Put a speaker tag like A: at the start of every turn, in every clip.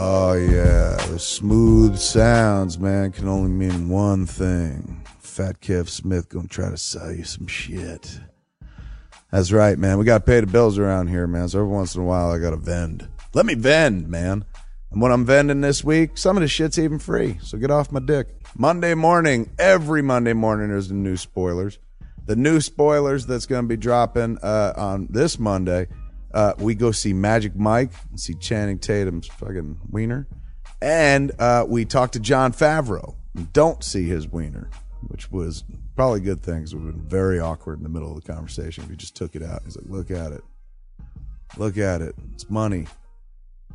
A: Oh, yeah. The smooth sounds, man, can only mean one thing. Fat Kev Smith gonna try to sell you some shit. That's right, man. We gotta pay the bills around here, man. So every once in a while I gotta vend. Let me vend, man. And when I'm vending this week, some of the shit's even free. So get off my dick. Monday morning, every Monday morning there's the new spoilers. The new spoilers that's gonna be dropping uh, on this Monday. Uh, we go see Magic Mike and see Channing Tatum's fucking wiener. And uh, we talk to John Favreau. We Don't see his wiener, which was probably a good thing because it would have been very awkward in the middle of the conversation if he just took it out. He's like, look at it. Look at it. It's money.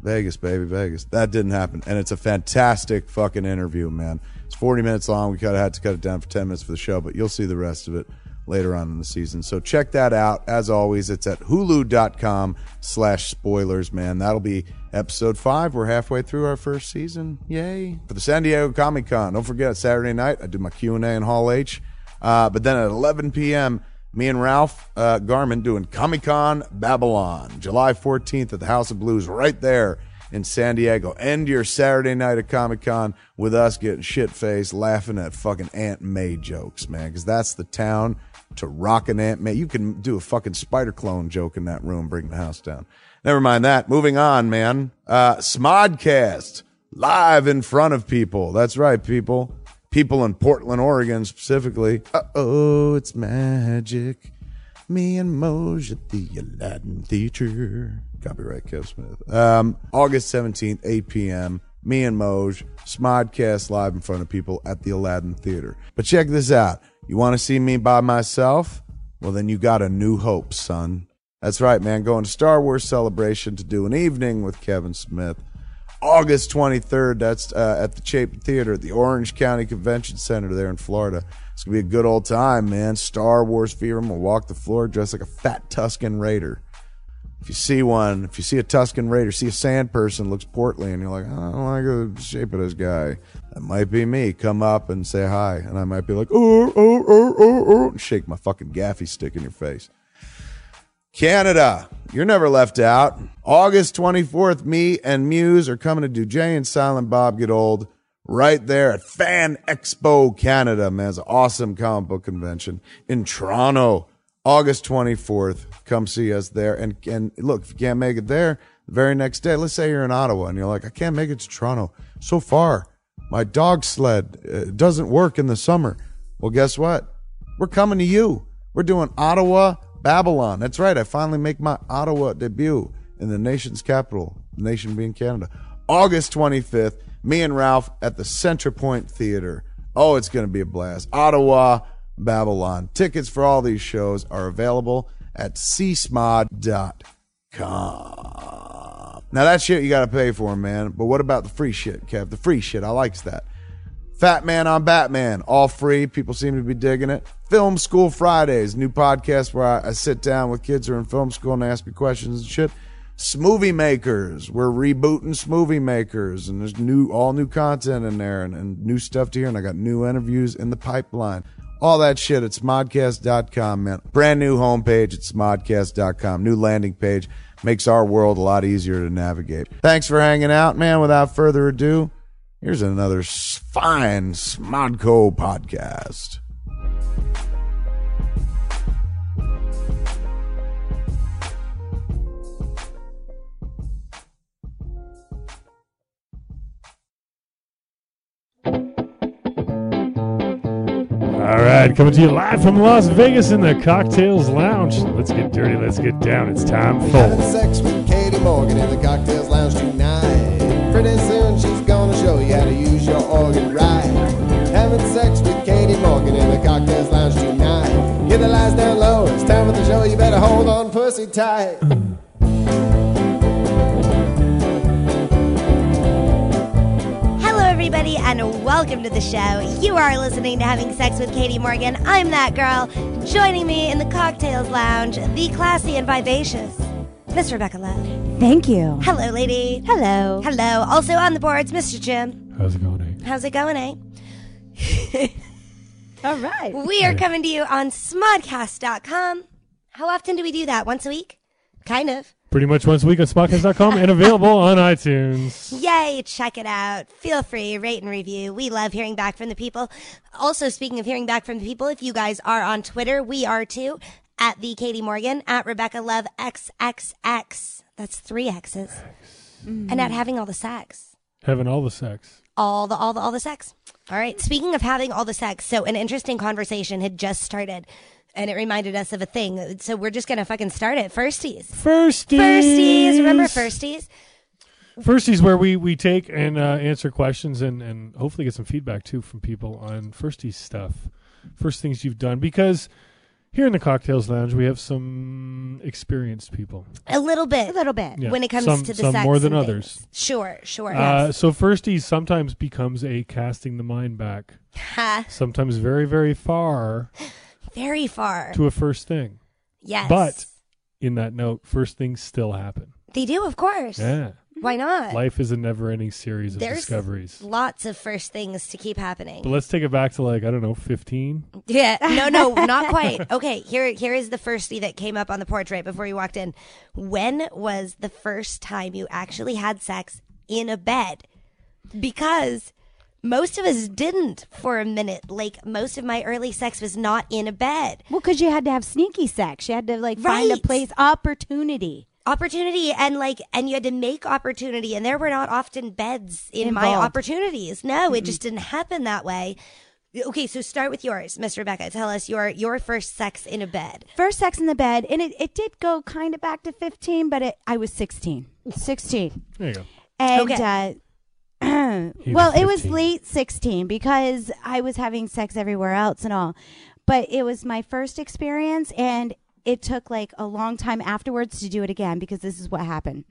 A: Vegas, baby, Vegas. That didn't happen. And it's a fantastic fucking interview, man. It's 40 minutes long. We kind of had to cut it down for 10 minutes for the show, but you'll see the rest of it later on in the season. So check that out. As always, it's at hulu.com slash spoilers, man. That'll be episode five. We're halfway through our first season. Yay. For the San Diego Comic Con. Don't forget, Saturday night, I do my Q&A in Hall H. Uh, but then at 11 p.m., me and Ralph uh, Garman doing Comic Con Babylon, July 14th at the House of Blues, right there in San Diego. End your Saturday night at Comic Con with us getting shit faced, laughing at fucking Aunt May jokes, man, because that's the town to rock an Aunt May. You can do a fucking spider clone joke in that room, bring the house down. Never mind that. Moving on, man. Uh, Smodcast live in front of people. That's right, people people in Portland, Oregon specifically. Uh oh, it's magic. Me and Moj at the Aladdin Theater. Copyright Kev Smith. Um, August 17th, 8 p.m. Me and Moj, Smodcast live in front of people at the Aladdin Theater. But check this out. You want to see me by myself? Well, then you got a new hope, son. That's right, man. Going to Star Wars Celebration to do an evening with Kevin Smith. August 23rd. That's uh, at the Chapin Theater at the Orange County Convention Center there in Florida. It's going to be a good old time, man. Star Wars fever. I'm going to walk the floor dressed like a fat Tuscan Raider. If you see one, if you see a Tuscan Raider, see a sand person, looks portly, and you're like, I don't like the shape of this guy. That might be me. Come up and say hi. And I might be like, oh, oh, oh, oh, oh, and shake my fucking gaffy stick in your face. Canada, you're never left out. August 24th, me and Muse are coming to Dujay and Silent Bob Get Old right there at Fan Expo Canada, man. It's an awesome comic book convention in Toronto. August 24th, come see us there. And, and look, if you can't make it there, the very next day, let's say you're in Ottawa and you're like, I can't make it to Toronto. So far, my dog sled uh, doesn't work in the summer. Well, guess what? We're coming to you. We're doing Ottawa Babylon. That's right. I finally make my Ottawa debut in the nation's capital, the nation being Canada. August 25th, me and Ralph at the Centerpoint Theater. Oh, it's going to be a blast. Ottawa Babylon. Tickets for all these shows are available at csmod.com. Now, that shit you got to pay for, man. But what about the free shit, Kev? The free shit. I likes that. Fat Man on Batman, all free. People seem to be digging it. Film School Fridays, new podcast where I, I sit down with kids who are in film school and ask me questions and shit. Smoothie Makers, we're rebooting Smoothie Makers, and there's new, all new content in there and, and new stuff to hear. And I got new interviews in the pipeline. All that shit at smodcast.com, man. Brand new homepage at smodcast.com. New landing page makes our world a lot easier to navigate. Thanks for hanging out, man. Without further ado, Here's another s- fine Smodco podcast.
B: All right, coming to you live from Las Vegas in the Cocktails Lounge. Let's get dirty, let's get down. It's time
C: Having
B: for.
C: sex with Katie Morgan in the cocktails lounge tonight. Pretty soon she's gonna show you how to use your organ right. Having sex with Katie Morgan in the cocktails lounge tonight. Get the lights down low. It's time for the show. You better hold on, pussy tight.
D: Hello, everybody, and welcome to the show. You are listening to Having Sex with Katie Morgan. I'm that girl. Joining me in the Cocktails Lounge, the classy and vivacious Miss Rebecca Love.
E: Thank you.
D: Hello, lady.
E: Hello.
D: Hello. Also on the boards, Mr. Jim.
B: How's it going, eh?
D: How's it going, eh?
E: All right.
D: We are coming to you on smodcast.com. How often do we do that? Once a week? Kind of.
B: pretty much once a week on Spotcast.com and available on iTunes.
D: Yay, check it out. Feel free, rate and review. We love hearing back from the people. Also, speaking of hearing back from the people, if you guys are on Twitter, we are too at the Katie Morgan, at Rebecca Love XXX. That's three X's. And at having all the sex.
B: Having all the sex.
D: all the all the all the sex. All right. Speaking of having all the sex, so an interesting conversation had just started, and it reminded us of a thing. So we're just gonna fucking start it. Firsties,
B: Firsties.
D: firsties. Remember firsties?
B: Firsties where we, we take and uh, answer questions and, and hopefully get some feedback too from people on firsties stuff, first things you've done. Because here in the Cocktails Lounge, we have some experienced people.
D: A little bit.
E: A little bit.
B: Yeah.
D: When it comes
B: Some-
D: to the
B: some
D: sex
B: more than
D: and
B: others.
D: things. Sure, sure.
B: Uh, so firsties sometimes becomes a casting the mind back,
D: Ha,
B: sometimes very very far
D: very far.
B: to a first thing.
D: Yes.
B: But in that note, first things still happen.
D: they do, of course.
B: Yeah,
D: Why not?
B: life is a never-ending series of
D: There's
B: discoveries.
D: Lots of first things to keep happening.
B: But let's take it back to like I don't know, fifteen.
D: Yeah. No, no, not quite. Okay, here here is the firstie that came up on the porch right before you walked in. When was the first time you actually had sex in a bed? Because most of us didn't for a minute. Like most of my early sex was not in a bed.
E: Well, because you had to have sneaky sex. You had to like find a
D: Right.
E: place, opportunity.
D: Opportunity and like and you had to make opportunity and there were not often beds in my
E: Involved. Mm-hmm.
D: opportunities. No, it just didn't happen that way. Okay, so start with yours, Miss Rebecca. Tell us your your first sex in a bed.
E: First sex in the bed, and it, it did go kind of back to 15, but it, I was 16. 16.
B: There you go.
E: And
D: Okay.
E: uh,
B: He
E: well,
B: was
E: it was
B: 15.
E: late 16 because I was having sex everywhere else and all. But it was my first experience and it took like a long time afterwards to do it again because this is what happened.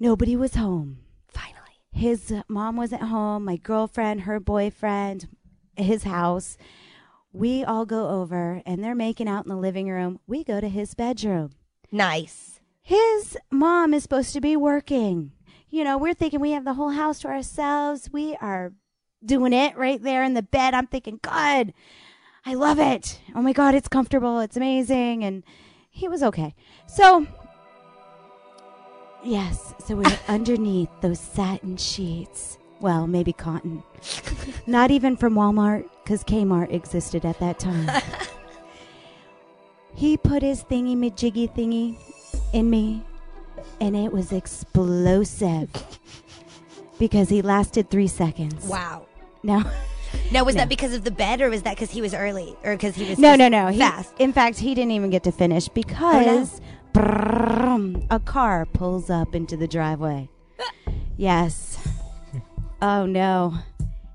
E: Nobody was home.
D: Finally.
E: His mom wasn't home, my girlfriend, her boyfriend, his house. We all go over and they're making out in the living room. We go to his bedroom
D: Nice.
E: his mom is supposed to be working. You know, we're thinking we have the whole house to ourselves. We are doing it right there in the bed. I'm thinking, God, I love it. Oh my God, it's comfortable. It's amazing. And he was okay. So, yes, so we're underneath those satin sheets. Well, maybe cotton. Not even from Walmart, because Kmart existed at that time. he put his thingy majiggy thingy in me, and it was explosive because he lasted three seconds.
D: Wow.
E: Now,
D: Now, was that because of the bed, or was that because he was early, or because he was
E: no,
D: just
E: no, no. He,
D: fast?
E: In fact, he didn't even get to finish because brrrm, a car pulls up into the driveway. yes. Oh no.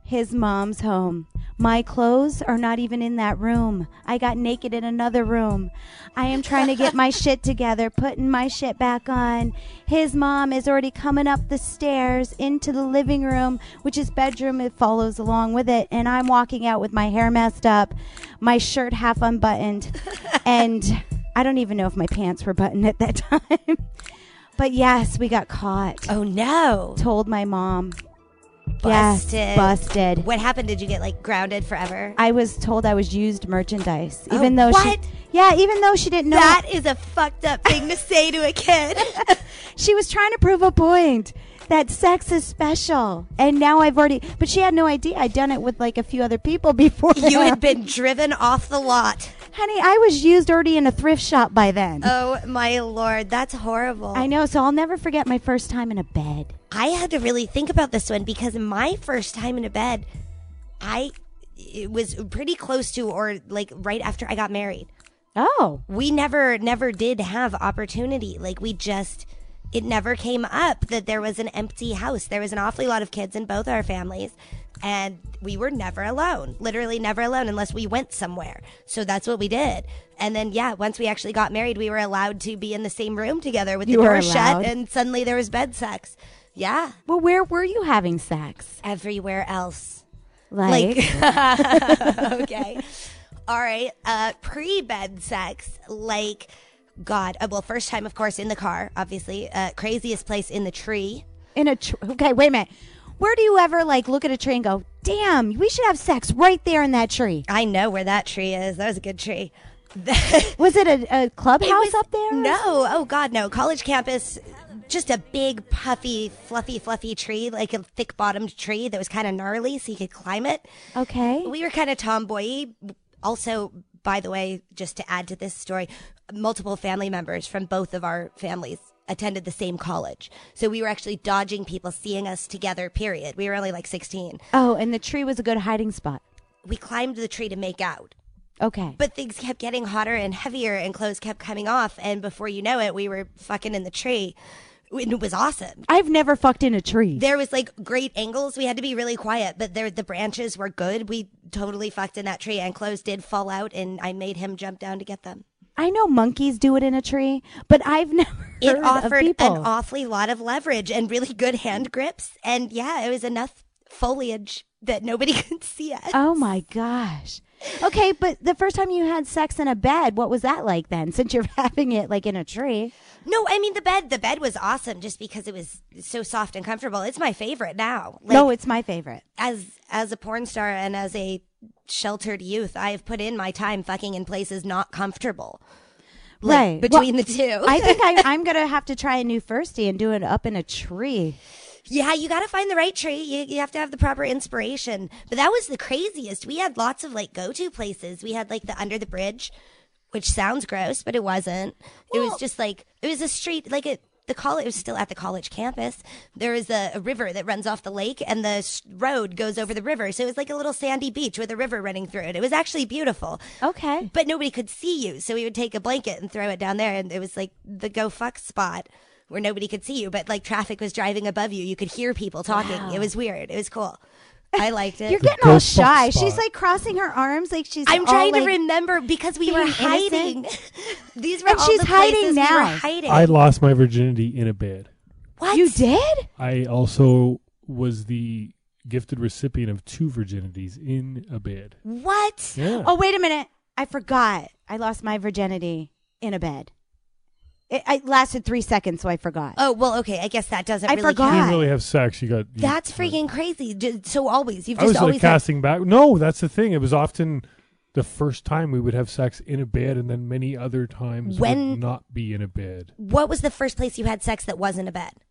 E: His mom's home. My clothes are not even in that room. I got naked in another room. I am trying to get my shit together, putting my shit back on. His mom is already coming up the stairs into the living room, which is bedroom. It follows along with it. And I'm walking out with my hair messed up, my shirt half unbuttoned. and I don't even know if my pants were buttoned at that time. but yes, we got caught.
D: Oh no!
E: Told my mom.
D: Busted.
E: Yes, busted.
D: What happened? Did you get like grounded forever?
E: I was told I was used merchandise,
D: Oh,
E: even though
D: what?
E: she, yeah, even though she didn't know
D: That is a fucked up thing to say to a kid.
E: she was trying to prove a point that sex is special. And now I've already, but she had no idea. I'd done it with like a few other people before.
D: you had been driven off the lot.
E: honey, I was used already in a thrift shop by then.
D: Oh my lord, that's horrible.
E: I know, so I'll never forget my first time in a bed.
D: I had to really think about this one because my first time in a bed, I it was pretty close to or like right after I got married.
E: Oh,
D: we never never did have opportunity like we just it never came up that there was an empty house there was an awfully lot of kids in both our families and we were never alone literally never alone unless we went somewhere so that's what we did and then yeah once we actually got married we were allowed to be in the same room together with the
E: You were
D: door shut
E: allowed?
D: and suddenly there was bed sex yeah
E: well, where were you having sex?
D: everywhere else
E: Like,
D: like okay all right uh pre-bed sex like god uh, well first time of course in the car obviously uh craziest place in the tree
E: in a tr- okay, wait a minute. Where do you ever like look at a tree and go, "Damn, we should have sex right there in that tree"?
D: i know where that tree is that was a good tree
E: Was it a, a clubhouse up there? or
D: No, oh God, no. College campus, just a big, puffy, fluffy, fluffy tree, like a thick bottomed tree that was kind of gnarly, so you could climb it.
E: something? Okay.
D: We were kind of tomboy. Also, by the way, just to add to this story, multiple family members from both of our families attended the same college. So we were actually dodging people seeing us together, period. We were only like 16.
E: Oh, and the tree was a good hiding spot.
D: We climbed the tree to make out.
E: Okay.
D: But things kept getting hotter and heavier, and clothes kept coming off. And before you know it, we were fucking in the tree. And It was awesome.
E: I've never fucked in a tree.
D: There was like great angles. We had to be really quiet, but there the branches were good. We totally fucked in that tree, and clothes did fall out. And I made him jump down to get them.
E: I know monkeys do it in a tree, but I've never
D: It
E: heard of
D: offered an
E: people.
D: awfully lot of leverage and really good hand grips. And yeah, it was enough foliage that nobody could see us.
E: oh my gosh. Okay, but the first time you had sex in a bed, what was that like then? Since you're having it like in a tree.
D: No, I mean the bed. The bed was awesome just because it was so soft and comfortable. It's my favorite now. Like,
E: no, it's my favorite.
D: as as a porn star and as a sheltered youth, I have put in my time fucking in places not comfortable. Like,
E: Right.
D: between
E: Well,
D: the two.
E: I think I, I'm gonna have to try a new firstie and do it up in a tree.
D: yeah, you got to find the right tree. You, you have to have the proper inspiration. But that was the craziest. We had lots of like go to places. We had like the under the bridge, which sounds gross, but it wasn't. it was just like it was a street like it. The college it was still at the college campus. There is a, a river that runs off the lake, and the s- road goes over the river. So it was like a little sandy beach with a river running through it. It was actually beautiful.
E: Okay.
D: but nobody could see you. So we would take a blanket and throw it down there, and it was like the go fuck spot where nobody could see you, but like traffic was driving above you. You could hear people talking. It was weird. It was cool. I liked it.
E: You're getting all
B: ghost fuck
E: shy. She's
B: spot.
E: like crossing her arms, like she's.
D: I'm
E: all,
D: trying to
E: like-
D: remember because we
E: being
D: were hiding.
E: innocent.
D: These were
E: And
D: all
E: she's
D: the
E: hiding
D: places we were
E: now.
D: hiding.
B: I lost my virginity in a bed.
D: what?
E: You did?
B: I also was the gifted recipient of two virginities in a bed.
D: Mm. What?
B: Yeah.
E: Oh wait a minute! I forgot. I lost my virginity in a bed. It, it lasted three seconds, so I forgot.
D: Oh well, okay. I guess that doesn't
E: I
D: really
E: forgot.
B: you
D: count.
B: didn't really have sex. You got you-
D: That's freaking crazy. Ju- So always you've
B: I
D: just
B: was like
D: always had-
B: casting back. No, that's the thing. It was often the first time we would have sex in a bed, and then many other times
D: When-
B: would not be in a bed.
D: what was the first place you had sex that wasn't a bed?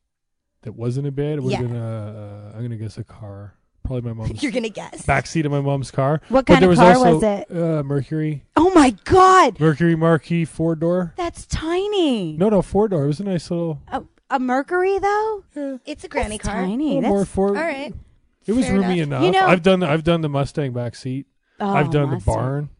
B: That wasn't a bed. It would have
D: Yeah.
B: been a. Uh, I'm gonna guess a car. Probably my mom's
D: You're gonna guess.
B: backseat of my mom's car.
E: What
B: But
E: kind
B: there
E: of
B: was
E: car
B: also,
E: was it?
B: Uh, Mercury.
E: Oh my god,
B: Mercury Marquis four door.
E: that's tiny.
B: No, no, four door. It was a nice little.
E: A, a Mercury though.
B: Yeah,
D: It's a granny
E: That's
D: car.
E: Tiny.
B: little more
E: That's,
B: four.
D: All right.
B: It was
D: Fair
B: roomy
D: enough.
B: enough.
E: You know-
B: I've done. I've done the Mustang backseat.
E: oh,
B: I've done the
E: mustard.
B: barn.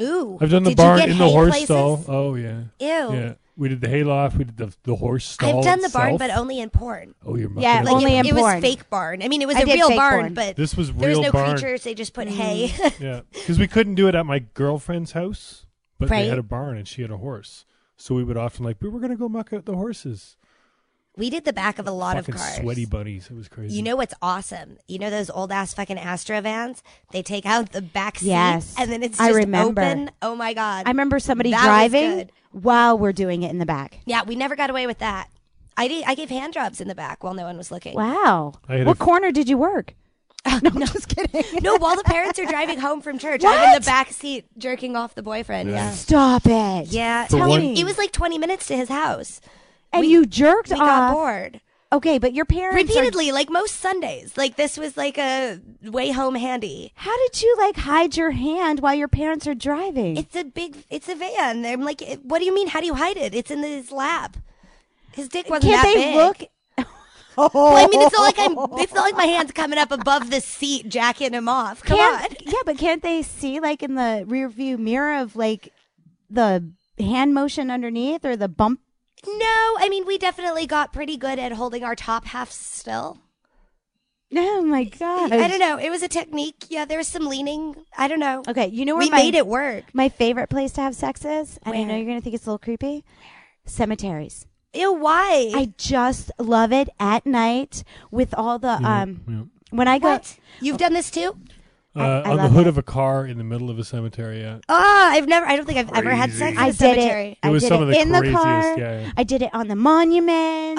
D: Ooh.
B: I've done the
D: Did you
B: barn
D: get
B: in the
D: hay
B: horse
D: places?
B: stall. Oh yeah.
D: Ew.
B: Yeah. We did the hayloft. We did the, the horse stall.
D: I've done the
B: itself.
D: barn, but only in porn.
B: oh, you're mucking
E: Yeah,
B: it
E: like,
B: up.
E: Only
D: it,
E: in
D: it
E: porn.
D: was fake barn. I mean, it was
E: I
D: a
E: did
D: real
E: fake
D: barn,
E: porn. Mm.
D: but
B: This was
D: there was
B: real
D: no
B: barn.
D: creatures. They just put hay.
B: Yeah, because we couldn't do it at my girlfriend's house, but
D: Right.
B: they had a barn and she had a horse, so we would often like we were gonna go muck out the horses.
D: we did the back of a lot
B: Fucking
D: of cars.
B: sweaty bunnies. It was crazy.
D: You know what's awesome? You know those old ass fucking Astra vans? They take out the back seat,
E: Yes.
D: and then it's
E: I
D: just
E: remember.
D: open. Oh my god!
E: I remember somebody
D: That was
E: driving
D: good.
E: while we're doing it in the back.
D: Yeah, we never got away with that. I did. I gave hand jobs in the back while no one was looking.
E: Wow.
B: I had a
E: What
B: f-
E: corner did you work? no, I'm just kidding.
D: Oh, No, while the parents are driving home from church, I'm in the back seat jerking off the boyfriend. Yeah.
E: Stop it.
D: Yeah,
E: Tell
B: one-
E: me.
D: it was like 20 minutes to his house.
E: and
D: we-
E: you jerked
D: We got
E: off.
D: bored
E: Okay, but your uh, parents are-
D: repeatedly, like most Sundays. Like this was like a way home handy.
E: How did you like hide your hand while your parents are driving?
D: It's a big, it's a van. I'm like, "It- what do you mean? How do you hide it? It's in his lap. His dick wasn't
E: Can't
D: that
E: they
D: big.
E: look?
D: Well, I mean, it's not like I'm. It's not like my hands coming up above the seat, jacking him off. Come
E: Can't,
D: on.
E: yeah, but can't they see like in the rear view mirror of like the hand motion underneath or the bump?
D: No, I mean we definitely got pretty good at holding our top half still.
E: Oh my god!
D: I don't know. It was a technique. Yeah, there was some leaning. I don't know.
E: Okay, you know where
D: we
E: my,
D: made it work.
E: My favorite place to have sex is, and I know
D: Where?
E: you're gonna think it's a little creepy. Cemeteries.
D: Ew, why?
E: I just love it at night with all the
B: Yeah,
E: um.
B: yeah.
E: When I go,
D: What? You've done this too?
E: I-
B: Uh,
E: I
B: on the
E: love
B: hood
E: it.
B: of a car in the middle of a cemetery. Yeah.
D: Ah, I've never. I don't think I've ever had sex in
E: I
D: a
E: did
D: cemetery.
E: it. I
B: was
E: did
B: some
E: it
B: of the
E: in the
B: craziest,
E: car.
B: yeah, yeah.
E: I did it on the monument.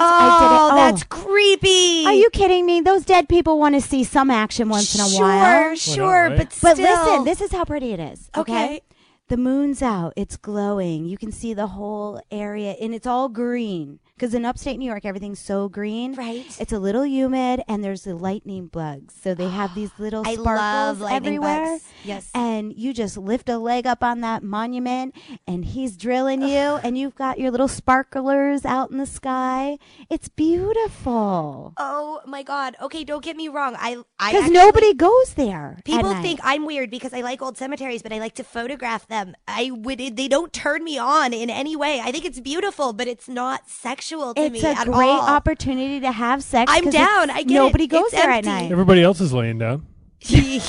D: Oh,
E: I did it.
D: that's creepy.
E: Are you kidding me? Those dead people want to see some action once in a
D: sure,
E: while.
D: Sure,
B: right?
D: but still.
E: But listen, this is how pretty it is. Okay?
D: Okay.
E: The moon's out. It's glowing. You can see the whole area, and it's all green. Because in upstate New York, everything's so green.
D: Right.
E: It's a little humid, and there's the lightning bugs. So they have these little
D: I
E: sparkles
D: love lightning
E: everywhere.
D: bugs. Yes.
E: And you just lift a leg up on that monument, and he's drilling you, and you've got your little sparklers out in the sky. It's beautiful.
D: Oh my god. Okay, don't get me wrong. I I
E: Because
D: actually-
E: nobody goes there. at
D: People
E: night.
D: think I'm weird because I like old cemeteries, but I like to photograph them. I would they don't turn me on in any way. I think it's beautiful, but it's not sexual to me
E: it's a
D: at
E: great
D: all.
E: opportunity to have sex.
D: I'm
E: 'cause it's-
D: down. I get it.
E: nobody goes
D: It's
E: there
D: empty.
E: at night.
B: Everybody else is laying down.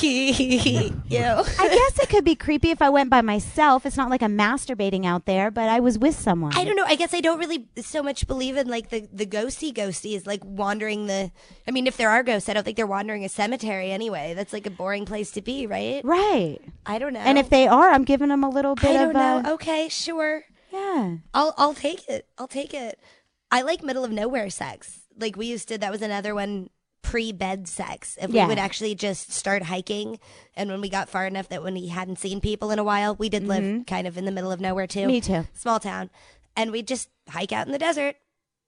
D: Ew.
E: I guess it could be creepy if I went by myself. It's not like I'm masturbating out there, but I was with someone.
D: I don't know. I guess I don't really so much believe in like the the ghosty ghosties, like wandering the. I mean, if there are ghosts, I don't think they're wandering a cemetery anyway. That's like a boring place to be, right?
E: Right.
D: I don't know.
E: And if they uh, are, I'm giving them a little bit
D: I don't
E: of
D: know.
E: a
D: Okay, sure.
E: yeah.
D: I'll I'll take it. I'll take it. I like middle of nowhere sex. Like we used to. That was another one pre bed sex. If
E: Yeah.
D: we would actually just start hiking, and when we got far enough that when we hadn't seen people in a while, we did live kind of in the middle of nowhere too.
E: Mm-hmm. Me too.
D: Small town, and we'd just hike out in the desert,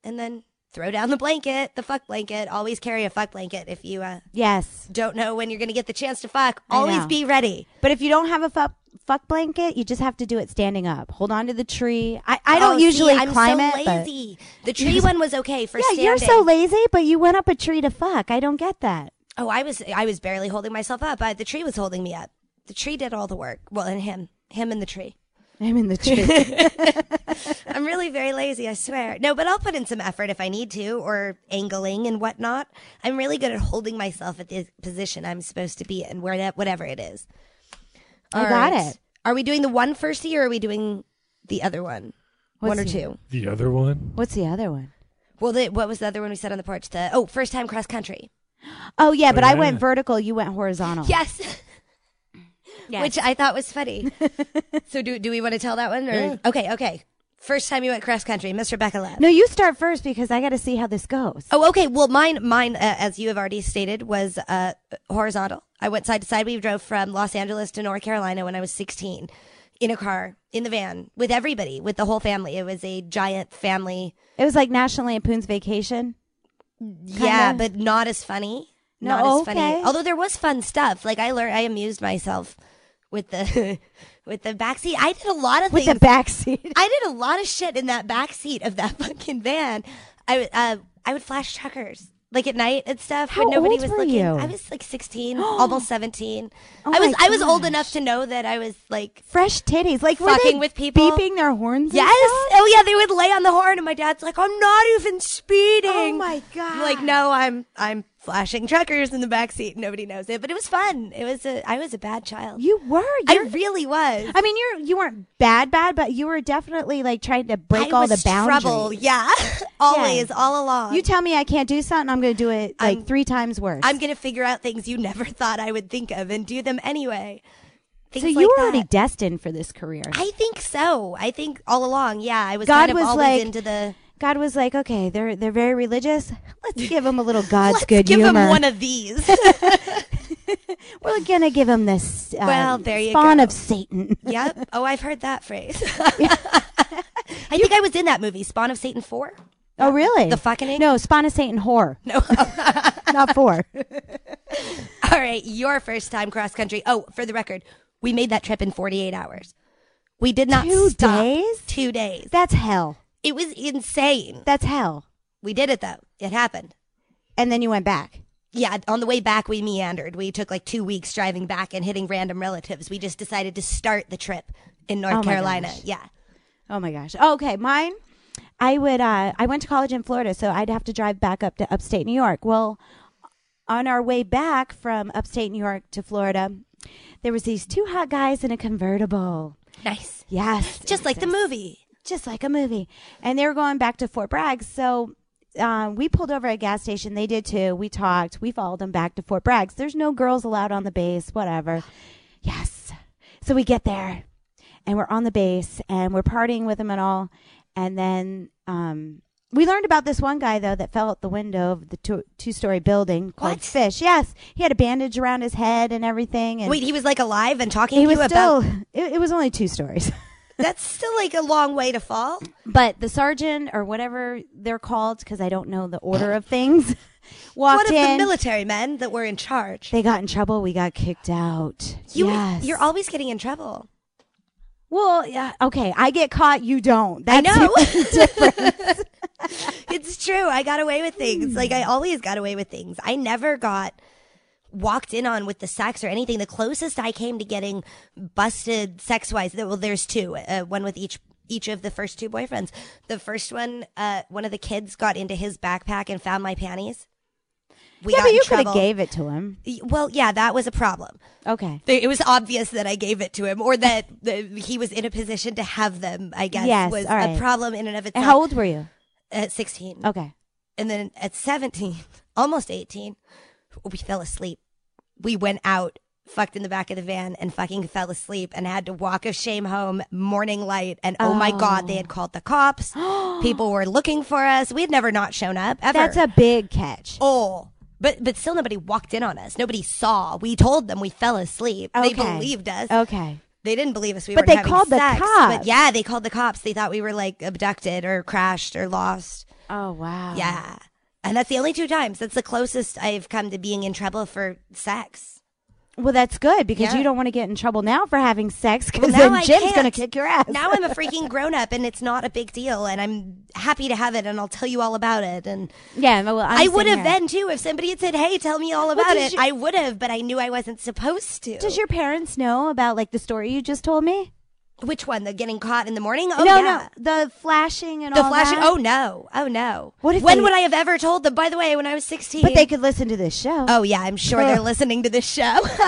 D: and then throw down the blanket, the fuck blanket. Always carry a fuck blanket if you uh,
E: Yes.
D: don't know when you're gonna get the chance to fuck.
E: I
D: Always
E: know.
D: be ready.
E: But if you don't have a fuck, fuck blanket, you just have to do it standing up. Hold on to the tree. I, I
D: Oh,
E: don't
D: see,
E: usually
D: I'm
E: climb
D: so
E: it. but-
D: lazy. The tree one was okay for
E: yeah,
D: standing.
E: you're so lazy, but you went up a tree to fuck. I don't get that.
D: Oh, I was I was barely holding myself up. I, the tree was holding me up. The tree did all the work. Well, and him, him and the tree.
E: I'm in the tree.
D: I'm really very lazy, I swear. No, but I'll put in some effort if I need to, or angling and whatnot. I'm really good at holding myself at the position I'm supposed to be in, where that whatever it is.
E: I got it.
D: Are we doing the one firsty, or are we doing the other one? one or
E: What's the-
D: two.
B: The other one.
E: What's the other one?
D: Well, the, what was the other one we said on the porch? The oh, first time cross country.
E: Oh yeah, but I
B: yeah.
E: went vertical. You went horizontal.
D: Yes. Which I thought was funny. so do do we want to tell that one? Or? Okay, okay. First time you went cross country, Miss Rebecca Love.
E: No, you start first because I got to see how this goes.
D: Oh, okay. Well, mine, mine, uh, as you have already stated, was uh, horizontal. I went side to side. We drove from Los Angeles to North Carolina when I was 16, in a car, in the van, with everybody, with the whole family. It was a giant family.
E: It was like National Lampoon's Vacation.
D: Yeah,
E: Kinda.
D: but not as funny.
E: No,
D: Not as
E: okay.
D: funny. Although there was fun stuff. Like I learned, I amused myself with the with the backseat. I did a lot of
E: with
D: things.
E: the backseat.
D: I did a lot of shit in that back seat of that fucking van. I would, uh, I would flash truckers like at night and stuff.
E: How
D: when nobody
E: old
D: was
E: were
D: looking.
E: you?
D: I was like sixteen, almost seventeen.
E: Oh
D: I was
E: my
D: I was old
E: gosh.
D: enough to know that I was like
E: Fresh titties, like were
D: Fucking
E: they
D: with people?
E: beeping their horns. and
D: Yes.
E: stuff?
D: Oh yeah, they would lay on the horn and my dad's like, I'm not even speeding.
E: Oh, my God.
D: I'm like, no, I'm I'm flashing truckers in the back seat. Nobody knows it. But it was fun. It was a I was a bad child.
E: you were.
D: I
E: You're,
D: really was.
E: I mean, you're you weren't bad, bad, but you were definitely like trying to break
D: I
E: all
D: was
E: the boundaries.
D: trouble. Yeah. Always, all along.
E: You tell me I can't do something, I'm going to do it like
D: I'm-
E: three times worse.
D: I'm going to figure out things you never thought I would think of and do them anyway. Things
E: so you
D: like
E: were
D: that.
E: already destined for this career.
D: I think so. I think all along, yeah, I was
E: God
D: kind of
E: was
D: always
E: like,
D: into the.
E: God was like, okay, they're they're very religious. Let's give them a little God's
D: Let's
E: good
D: give
E: humor.
D: him one of these.
E: we're gonna give them this. Uh,
D: Well, there you
E: spawn
D: go.
E: of Satan.
D: yep. Oh, I've heard that phrase. I think I was in that movie, Spawn of Satan 4.
E: Oh, really?
D: The fucking-
E: no, spawn of Satan whore. No, not four.
D: All right, your first time cross country. Oh, for the record, we made that trip in 48 hours. We did not
E: Two
D: stop.
E: days?
D: Two days.
E: That's hell.
D: It was insane.
E: That's hell.
D: We did it though. It happened.
E: And then you went back.
D: Yeah, on the way back, we meandered. We took like two weeks driving back and hitting random relatives. We just decided to start the trip in North
E: Oh my
D: Carolina.
E: gosh.
D: Yeah.
E: Oh my gosh. okay, mine. I would. Uh, I went to college in Florida, so I'd have to drive back up to upstate New York. Well, on our way back from upstate New York to Florida, there was these two hot guys in a convertible.
D: Nice.
E: Yes,
D: Just like the movie.
E: just like a movie. And they were going back to Fort Bragg. So um, we pulled over at a gas station. They did too. We talked. We followed them back to Fort Bragg. So there's no girls allowed on the base, whatever. Yes. So we get there and we're on the base and we're partying with them and all. And then um, we learned about this one guy though that fell out the window of the two, two-story building called
D: What?
E: Fish. Yes, he had a bandage around his head and everything. And
D: Wait, he was like alive and talking
E: he
D: to
E: was
D: you
E: still.
D: about.
E: It, it was only two stories,
D: That's still like a long way to fall.
E: but the sergeant or whatever they're called, because I don't know the order of things,
D: What
E: walked
D: of the
E: in.
D: military men that were in charge?
E: they got in trouble. We got kicked out.
D: You,
E: yes,
D: You're always getting in trouble.
E: well. Yeah, okay. I get caught. You don't. That's
D: I know.
E: it.
D: it's true. I got away with things. Like I always got away with things. I never got walked in on with the sex or anything. The closest I came to getting busted sex wise, well, there's two, uh, one with each each of the first two boyfriends. The first one, uh, one of the kids got into his backpack and found my panties. We
E: yeah,
D: got
E: but
D: in
E: you could have
D: trouble.
E: gave it to him.
D: Y- Well, yeah, that was a problem.
E: Okay.
D: They, it was obvious that I gave it to him, or that the, he was in a position to have them. I guess
E: Yes,
D: was
E: all right.
D: a problem in and of
E: And
D: itself.
E: how old were you?
D: At sixteen,
E: Okay.
D: and then at seventeen, almost eighteen, we fell asleep. We went out, fucked in the back of the van, and fucking fell asleep, and had to walk of shame home, morning light, and oh, my god, they had called the cops. People were looking for us. We had never not shown up ever.
E: That's a big catch.
D: Oh, but but still nobody walked in on us. Nobody saw. We told them we fell asleep. Oh, They
E: Okay.
D: believed us.
E: Okay.
D: They didn't believe us. We
E: But
D: were
E: they
D: having
E: called the
D: sex.
E: cops.
D: But yeah, they called the cops. They thought we were like abducted or crashed or lost.
E: Oh wow.
D: Yeah. Uh-huh. And that's the only two times. That's the closest I've come to being in trouble for sex.
E: Well, that's good because
D: Yeah.
E: you don't want to get in trouble now for having sex because
D: now
E: then
D: I
E: Jim's going to
D: can't.
E: kick your ass.
D: Now I'm a freaking grown up and it's not a big deal and I'm happy to have it and I'll tell you all about it and
E: yeah, well, I'm
D: i
E: sitting
D: would have
E: here.
D: then too if somebody had said, "Hey, tell me all about it."
E: does your-
D: I would have, but I knew I wasn't supposed to.
E: Does your parents know about like the story you just told me?
D: Which one? The getting caught in the morning? Oh
E: no,
D: yeah.
E: no, the flashing and
D: The
E: all
D: flashing.
E: that.
D: Oh no. Oh no.
E: What if
D: when
E: they-
D: would I have ever told them? By the way, when I was sixteen.
E: but they could listen to this show.
D: Oh yeah, I'm sure they're listening to this show.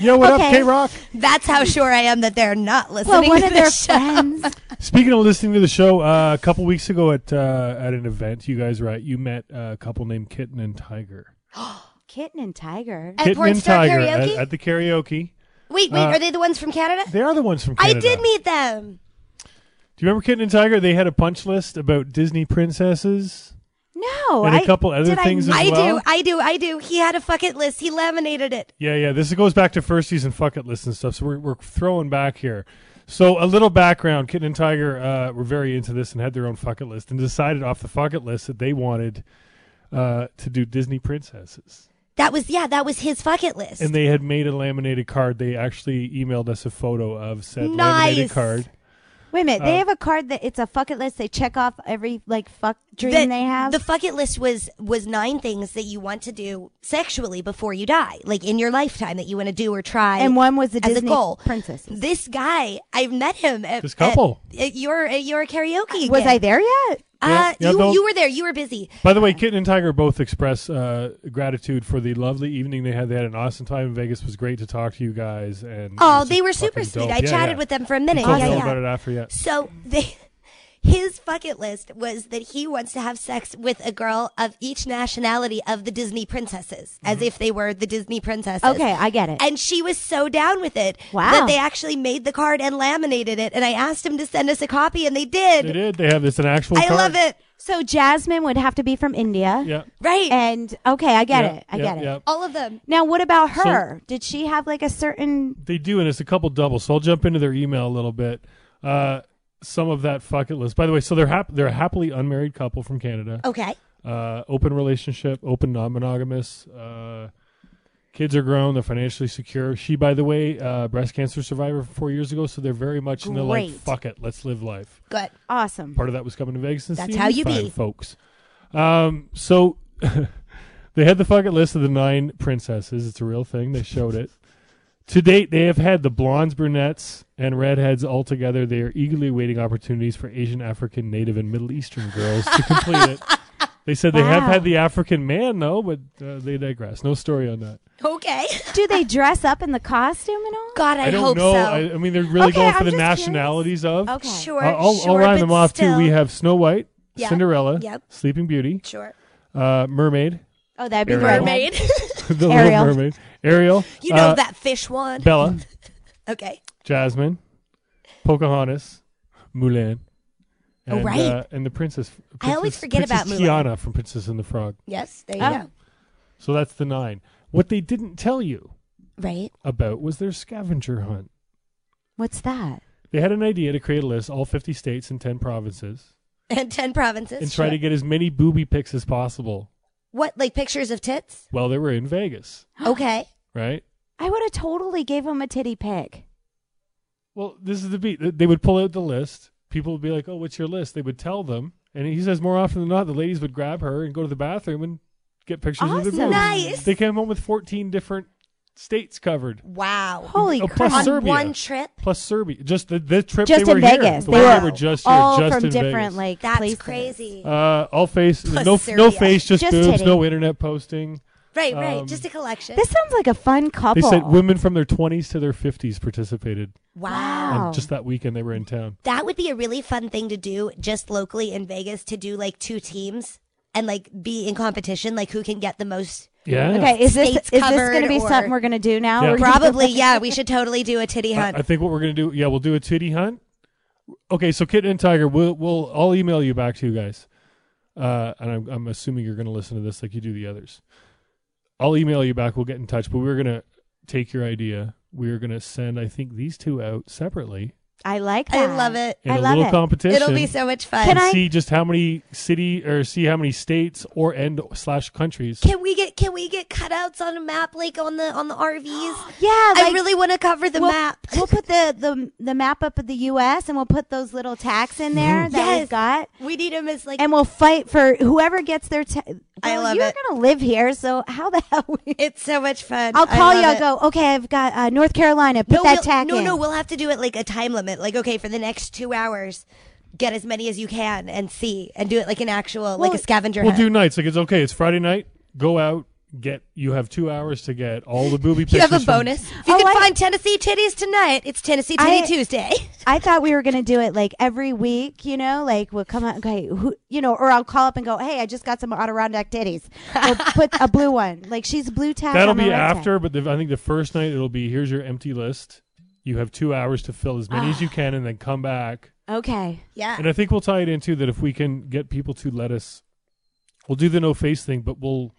B: Yo, what
E: Okay.
B: up, K Rock?
D: That's how sure I am that they're not
E: well,
D: listening
E: one
D: to
E: of their
D: this show.
E: friends.
B: Speaking of listening to the show, uh, a couple weeks ago at uh, at an event, you guys were at, you met a couple named Kitten and Tiger.
E: Kitten and Tiger.
D: At
B: Kitten
D: Porn
B: and
D: Star
B: Tiger at,
D: Karaoke.
B: at the karaoke.
D: wait, wait.
B: uh,
D: are they the ones from Canada?
B: They are the ones from
D: I
B: Canada.
D: did meet them.
B: Do you remember Kitten and Tiger? They had a punch list about Disney princesses.
E: No,
B: And a
E: I-
B: couple other
E: did I
B: things as
E: not-
D: I do.
B: well?
D: I do. I do. He had a bucket list. He laminated it.
B: Yeah, yeah. This goes back to firsties and fuck it lists and stuff. So we're, we're throwing back here. So a little background: Kitten and Tiger uh, were very into this and had their own fuck it list and decided off the fuck it list that they wanted uh, to do Disney princesses.
D: That was yeah. That was his bucket list.
B: And they had made a laminated card. They actually emailed us a photo of said laminated
D: Nice.
B: card.
E: Wait a minute. they
B: Uh,
E: have a card that it's a fuck it list. They check off every like fuck dream
D: the,
E: they have.
D: The bucket list was was nine things that you want to do sexually before you die, like in your lifetime that you want to do or try.
E: and one was the
D: as
E: Disney
D: a goal.
E: princess.
D: This guy, I've met him. At,
B: This couple.
D: At, at your at your karaoke.
E: Was
D: gig.
E: I there yet?
D: Uh,
B: Yeah, yeah,
D: you,
B: they'll-
D: you were there. You were busy.
B: By the way, Kitten and Tiger both express uh, gratitude for the lovely evening they had. They had an awesome time in Vegas. It was great to talk to you guys. And it
D: Oh,
B: was
D: they
B: just
D: were super
B: fucking
D: sweet.
B: dope.
D: I
B: Yeah,
D: chatted
B: yeah.
D: with them for a minute.
B: You told
D: yeah,
B: me all
D: yeah.
B: about it after, yeah.
D: So they, his bucket list was that he wants to have sex with a girl of each nationality of the Disney princesses, as if they were the Disney princesses.
E: Mm-hmm. Okay, I get it.
D: And she was so down with it
E: Wow.
D: that they actually made the card and laminated it. And I asked him to send us a copy, and they did.
B: They did. They have it's an actual.
D: I
B: card.
D: love it.
E: so Jasmine would have to be from India.
B: Yeah.
D: Right.
E: And okay, I get
B: yeah,
E: it. I
B: yeah,
E: get it.
B: yeah.
D: All of them.
E: Now, what about her? Did she have like a certain?
B: They do, and it's a couple doubles. So I'll jump into their email a little bit. Uh, some of that fuck it list. By the way, so they're hap- they're a happily unmarried couple from Canada.
D: Okay.
B: Uh, open relationship, open non monogamous. Uh, kids are grown. They're financially secure. She, by the way, uh, breast cancer survivor from four years ago. So they're very much in the like
E: Great.
B: fuck it, let's live life.
D: Good.
E: Awesome.
B: Part of that was coming to Vegas and
D: That's
B: seeing
D: how you
B: fine
D: be.
B: folks. Um, so they had the fucking list of the nine princesses. It's a real thing. They showed it. to date, they have had the blondes, brunettes, and redheads all together. They are eagerly awaiting opportunities for Asian, African, Native, and Middle Eastern girls to complete it. They said they have
E: Wow.
B: had the African man though, but uh, they digress. No story on that.
D: Okay.
E: Do they dress up in the costume and all?
D: God, I,
B: don't
D: hope
B: know.
D: so.
B: I, I mean, they're really
E: Okay,
B: going for
E: I'm
B: the
E: just curious.
B: nationalities of.
E: Okay.
D: Sure.
B: I'll, I'll,
D: sure.
B: I'll rhyme
D: but
B: them off
D: still,
B: too. We have Snow White,
D: Yeah.
B: Cinderella,
D: Yep.
B: Sleeping Beauty,
D: Sure.
B: uh, Mermaid,
E: Oh, that'd be
B: Ariel.
E: great.
D: Mermaid.
B: the Little
E: Ariel.
B: Mermaid, Ariel,
D: you know
B: uh,
D: that fish one.
B: Bella,
D: Okay.
B: Jasmine, Pocahontas, Mulan,
D: Oh,
B: And,
D: right.
B: uh, and the princess,
D: I always
B: Princess-
D: forget about
B: Princess
D: Mulan.
B: Tiana from Princess and the Frog.
D: Yes, there you
E: Oh.
D: go.
B: So that's the nine. What they didn't tell you
D: Right.
B: about was their scavenger hunt.
E: What's that?
B: They had an idea to create a list, all 50 states and 10 provinces,
D: And 10 provinces.
B: and try
D: Sure.
B: to get as many booby pics as possible
D: What, like pictures of tits?
B: while they were in Vegas,
D: Okay.
B: right?
E: I would have totally gave him a titty pick.
B: Well, this is the beat. They would pull out the list. People would be like, oh, what's your list? They would tell them. And he says more often than not, the ladies would grab her and go to the bathroom and get pictures of the
E: Awesome.
B: boobs.
D: Nice.
B: They came home with 14 different states covered,
D: Wow.
E: Holy
B: Oh,
E: crap!
B: plus-
D: On
B: Serbia.
D: one trip?
B: plus Serbia. Just the, the trip
E: just
B: they were
E: in
B: here.
E: Vegas,
B: The
E: they
B: one
E: were,
B: they were just here,
E: all
B: just
E: from
B: in
E: different
B: Vegas.
E: like
D: That's
E: places.
D: crazy.
B: Uh, all face,
D: Plus
B: no no
D: Syria.
B: face, just,
E: Just
B: boobs,
E: titty.
B: no internet posting.
D: right, right.
B: um,
D: Just a collection.
E: This sounds like a fun
B: They
E: couple.
B: said women from their 20s to their 50s participated.
D: wow.
E: Wow.
B: And just that weekend they were in town.
D: That would be a really fun thing to do just locally in Vegas to do like two teams and like be in competition, like who can get the most.
B: Yeah.
E: okay, is this
D: States
E: is this
D: covered
E: going to be
D: or-
E: something we're going to do now?
B: Yeah.
E: We're just-
D: Probably, yeah. We should totally do a titty
B: I-
D: hunt.
B: I think what we're gonna do, yeah, we'll do a titty hunt. Okay, so Kitten and Tiger, we'll, we'll I'll email you back to you guys, uh, and I'm, I'm assuming you're gonna listen to this like you do the others. I'll email you back. We'll get in touch, but we're gonna take your idea. We're gonna send, I think, these two out separately
E: I like
D: I
E: that.
D: love it.
B: in
E: I
B: a
E: love
B: little
E: it.
B: competition.
D: It'll be so much fun.
E: Can
B: and
E: I-
B: see just how many city or see how many states or and slash countries.
D: Can we get can we get cutouts on a map like on the on the RVs?
E: Yeah,
D: I
E: like,
D: really want to cover the
E: we'll,
D: map.
E: We'll put the, the the map up of the U.S. and we'll put those little tacks in there that
D: Yes.
E: we've got,
D: We need them as like
E: and we'll fight for whoever gets their. Ta-
D: I
E: Girl,
D: love
E: You're
D: it.
E: going to live here, so how the hell? We-
D: it's so much fun.
E: I'll
D: I
E: call
D: love
E: you. I'll
D: it.
E: go. Okay, I've got uh, North Carolina. Put
D: no,
E: that
D: we'll-
E: tack
D: no,
E: in.
D: no, we'll have to do it like a time limit. Like okay, for the next two hours, get as many as you can and see, and do it like an actual like a
E: Well,
D: scavenger
B: We'll
D: hunt.
B: do nights. Like it's okay. It's Friday night. Go out. Get you have two hours to get all the booby.
D: You have a
B: pictures from-
D: bonus. If you
E: Oh,
D: can
E: I-
D: find Tennessee titties tonight, it's Tennessee Titty
E: I-
D: Tuesday.
E: I thought we were gonna do it like every week, you know, like we'll come out, okay, who, you know, or I'll call up and go, hey, I just got some Adirondack titties. We'll put a blue one, like she's a blue tag.
B: That'll
E: on the
B: be
E: red tag.
B: after, but the, I think the first night it'll be here's your empty list. You have two hours to fill as many as
D: Ah.
B: you can, and then come back.
E: Okay,
D: Yeah.
B: And I think we'll tie it into that if we can get people to let us, we'll do the no face thing, but we'll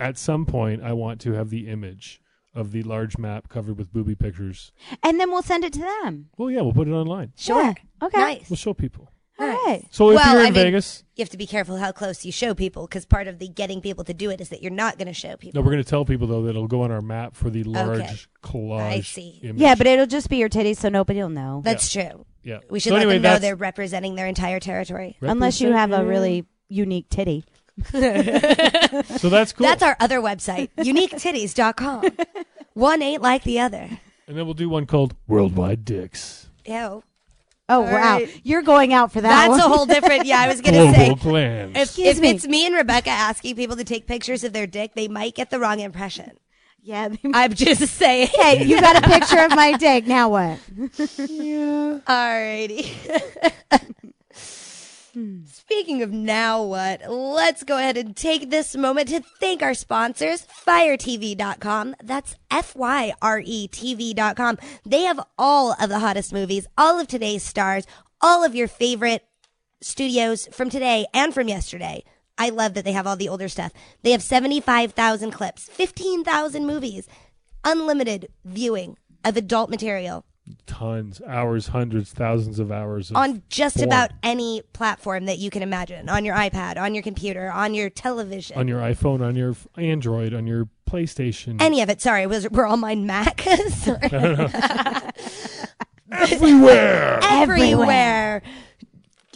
B: at some point I want to have the image of the large map covered with booby pictures.
E: and then we'll send it to them.
B: Well, yeah, we'll put it online.
D: Sure.
E: Yeah. Okay.
D: Nice.
B: We'll show people.
E: All
D: Nice.
E: right.
B: So if
D: Well,
B: you're in
D: I mean-
B: Vegas,
D: You have to be careful how close you show people because part of the getting people to do it is that you're not going to show people.
B: no, we're going to tell people though that it'll go on our map for the large collage.
D: I see.
B: image.
E: Yeah, but it'll just be your titties, so nobody will know.
D: That's true.
B: yeah.
D: We should
B: So
D: let
B: anyway,
D: them know
B: that's-
D: they're representing their entire territory.
E: Unless you have a really unique titty.
B: so that's cool.
D: That's our other website, uniquetitties.com. One ain't like the other.
B: and then we'll do one called Worldwide Dicks.
D: Ew.
E: Oh wow, you're going out for that.
D: That's
E: one.
D: a whole different. Yeah, I was going to
B: global
D: say.
B: glands.
D: If,
E: Excuse
D: if
E: me.
D: it's me and Rebecca asking people to take pictures of their dick, they might get the wrong impression.
E: yeah.
D: I'm just saying.
E: Okay, you got a picture of my dick. Now what?
D: Alrighty. Speaking of now what, let's go ahead and take this moment to thank our sponsors, firetv.com. That's F Y R E TV.com. They have all of the hottest movies, all of today's stars, all of your favorite studios from today and from yesterday. I love that they have all the older stuff. They have 75,000 clips, 15,000 movies, unlimited viewing of adult material
B: Tons, hours, hundreds, thousands of hours. Of
D: on just
B: form.
D: about any platform that you can imagine on your iPad, on your computer, on your television.
B: on your iPhone, on your f- Android, on your PlayStation,
D: any of it. Sorry, was, we're all mine Mac. Sorry.
B: everywhere.
D: Everywhere.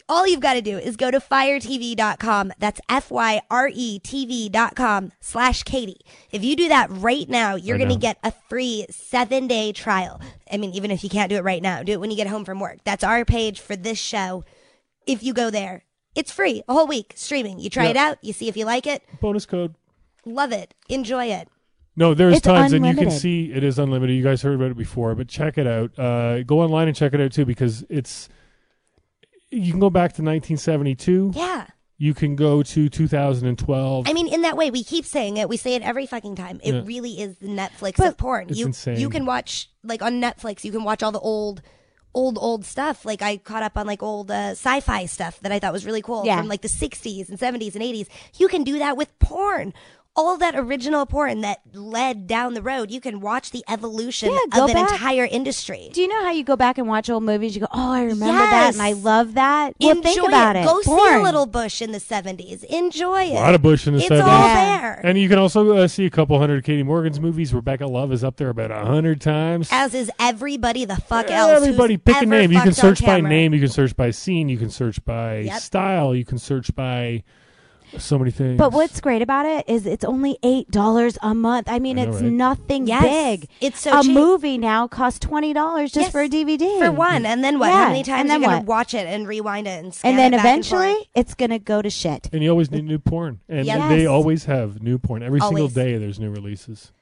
D: All you've got to do is go to firetv.com. That's F Y R E TV.com slash Katie. If you do that right now, you're
B: Right
D: going to
B: now.
D: get a free seven day trial. I mean, even if you can't do it right now, do it when you get home from work. That's our page for this show. If you go there, it's free a whole week streaming. You try
B: Yeah.
D: it out, you see if you like it.
B: Bonus code.
D: Love it. Enjoy it.
B: No, there's
E: It's
B: times, and you can
E: unlimited.
B: see it is unlimited. You guys heard about it before, but check it out. Uh, go online and check it out too, because it's. You can go back to 1972.
D: Yeah.
B: You can go to 2012.
D: I mean, in that way, we keep saying it. We say it every fucking time. It
B: Yeah.
D: really is the Netflix
E: But-
D: of porn.
B: It's
D: you
B: insane.
D: you can watch like on Netflix. You can watch all the old old old stuff. Like I caught up on like old uh, sci-fi stuff that I thought was really cool
E: Yeah.
D: from like the 60s and 70s and 80s. You can do that with porn. All that original porn that led down the road, you can watch the evolution
E: Yeah, go
D: of an
E: back.
D: entire industry.
E: Do you know how you go back and watch old movies? You go, oh, I remember that,
D: Yes.
E: and I love that. Well,
D: Enjoy
E: think about it.
D: Go see
E: Porn.
D: a little bush in the 70s. Enjoy it.
B: A lot of Bush in the
D: it's
B: 70s.
D: all
E: Yeah.
D: there.
B: And you can also uh, see a couple hundred Katie Morgan's movies. Rebecca Love is up there about a hundred times.
D: as is everybody the fuck else. who's
B: Everybody pick a
D: ever
B: name. You can
D: fucked on
B: search by
D: camera.
B: name. You can search by scene. You can search by
D: Yep.
B: style. You can search by so many things.
E: But what's great about it is it's only eight dollars a month. I mean,
B: I know,
E: it's
B: right?
E: nothing
D: Yes.
E: big.
D: It's so
E: a
D: cheap.
E: movie now costs twenty dollars just
D: Yes.
E: for a DVD
D: For one, and then what?
E: Yeah,
D: How many times
E: and then
D: are you gonna
E: what?
D: watch it and rewind it and scan
E: and then
D: it back
E: eventually
D: forth?
E: it's gonna go to shit.
B: and you always need new porn, and
D: Yes.
B: they always have new porn every single
D: Always.
B: day. There's new releases.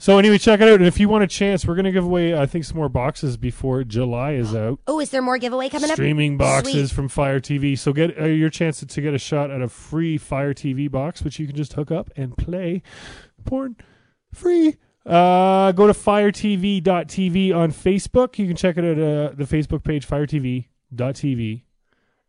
B: So anyway, check it out. And if you want a chance, we're gonna give away I think some more boxes before July is out.
D: oh, is there more giveaway coming up?
B: Streaming boxes
D: Sweet.
B: from Fire TV. So get uh, your chance to, to get a shot at a free Fire TV box, which you can just hook up and play porn free. Uh, go to firetv.tv on Facebook. You can check it at uh, the Facebook page, firetv.tv,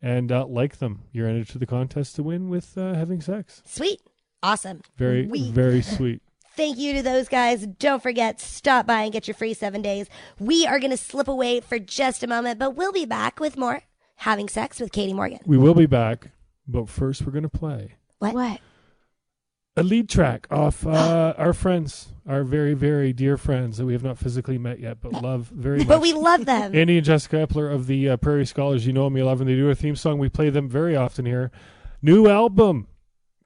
B: and uh, like them. You're entered to the contest to win with uh, having sex.
D: Sweet. Awesome.
B: Very,
D: Wee.
B: very sweet.
D: Thank you to those guys. Don't forget, stop by and get your free seven days. We are going to slip away for just a moment, but we'll be back with more Having Sex with Katie Morgan.
B: We will be back, but first we're going to play
D: What?
E: What?
B: a lead track off uh, our friends, our very, very dear friends that we have not physically met yet, but love very much.
D: But we love them.
B: Andy and Jessica Epler of the uh, Prairie Scholars, you know me, love, and they do a theme song. We play them very often here. New album,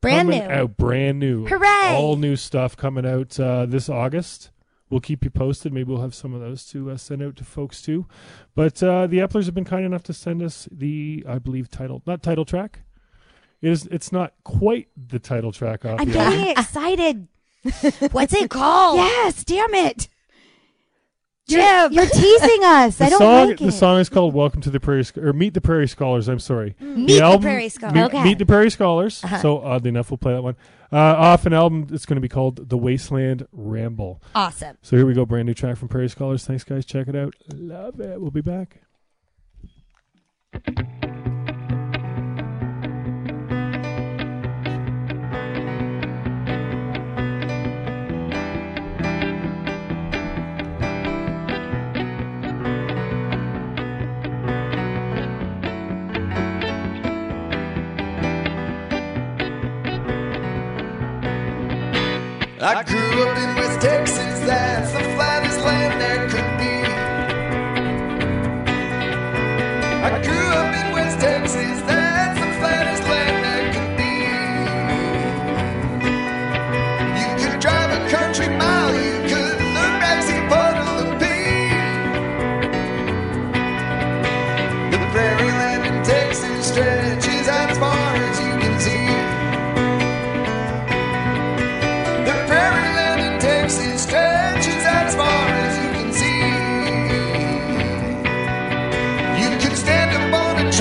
D: Brand new.
B: coming out, brand new,
D: Hooray!
B: All new stuff coming out uh, this August. We'll keep you posted. Maybe we'll have some of those to uh, send out to folks too. But uh, the Eplers have been kind enough to send us the, I believe, title, not title track. It is. It's not quite the title track off
E: I'm
B: the album.
E: getting excited.
D: What's it called?
E: Yes, damn it. You're,
D: Jim.
E: you're teasing us.
B: The
E: I don't
B: song,
E: like it.
B: the song is called "Welcome to the Prairie" Sc- or "Meet the Prairie Scholars." I'm sorry,
D: Meet the Prairie Scholars.
B: Meet,
E: Okay.
B: Meet the Prairie Scholars.
D: Uh-huh.
B: So oddly enough, we'll play that one uh, off an album. It's going to be called "The Wasteland Ramble."
D: Awesome.
B: So here we go, brand new track from Prairie Scholars. Thanks, guys. Check it out. Love it. We'll be back.
C: I grew up in West Texas, that's the finest land there could be. I grew up in West Texas, that's the finest land there could be. You could drive a country mile, you could look back, see part of the peak. The prairie land in Texas stretches out as far as you can see. The prairie land in Texas stretches out as far as you can see. You can stand up on a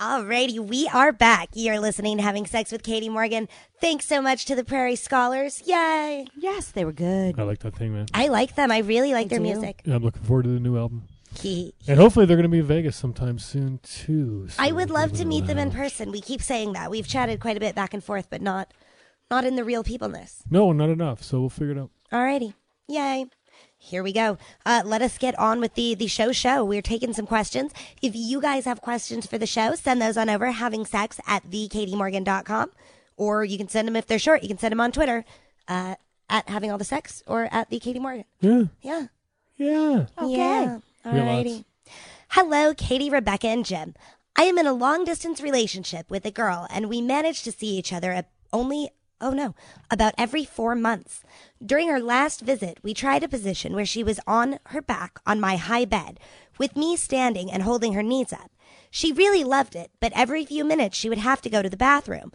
D: Alrighty, we are back. You're listening to Having Sex with Katie Morgan. Thanks so much to the Prairie Scholars. Yay!
E: Yes, they were good.
B: I like that thing, man.
D: I like them. I really like
E: I
D: their
E: do.
D: music.
B: Yeah, I'm looking forward to the new album.
D: Hee.
B: And hopefully they're going to be in Vegas sometime soon, too. so
D: I would
B: we'll
D: love
B: be
D: to meet them in
B: around.
D: person. We keep saying that. We've chatted quite a bit back and forth, but not not in the real peopleness.
B: No, not enough. So we'll figure it out.
D: Alrighty. Yay. Here we go. Uh, let us get on with the, the show show. We're taking some questions. If you guys have questions for the show, send those on over, having sex at thekatiemorgan.com. Or you can send them if they're short. You can send them on Twitter uh, at having all the sex or at the Katie Morgan.
B: Yeah.
D: Yeah.
B: Yeah.
E: Okay.
D: Yeah.
B: We have
D: Alrighty. Hello, Katie, Rebecca, and Jim. I am in a long distance relationship with a girl, and we manage to see each other a- only, oh no, about every four months. During her last visit, we tried a position where she was on her back on my high bed, with me standing and holding her knees up. She really loved it, but every few minutes she would have to go to the bathroom.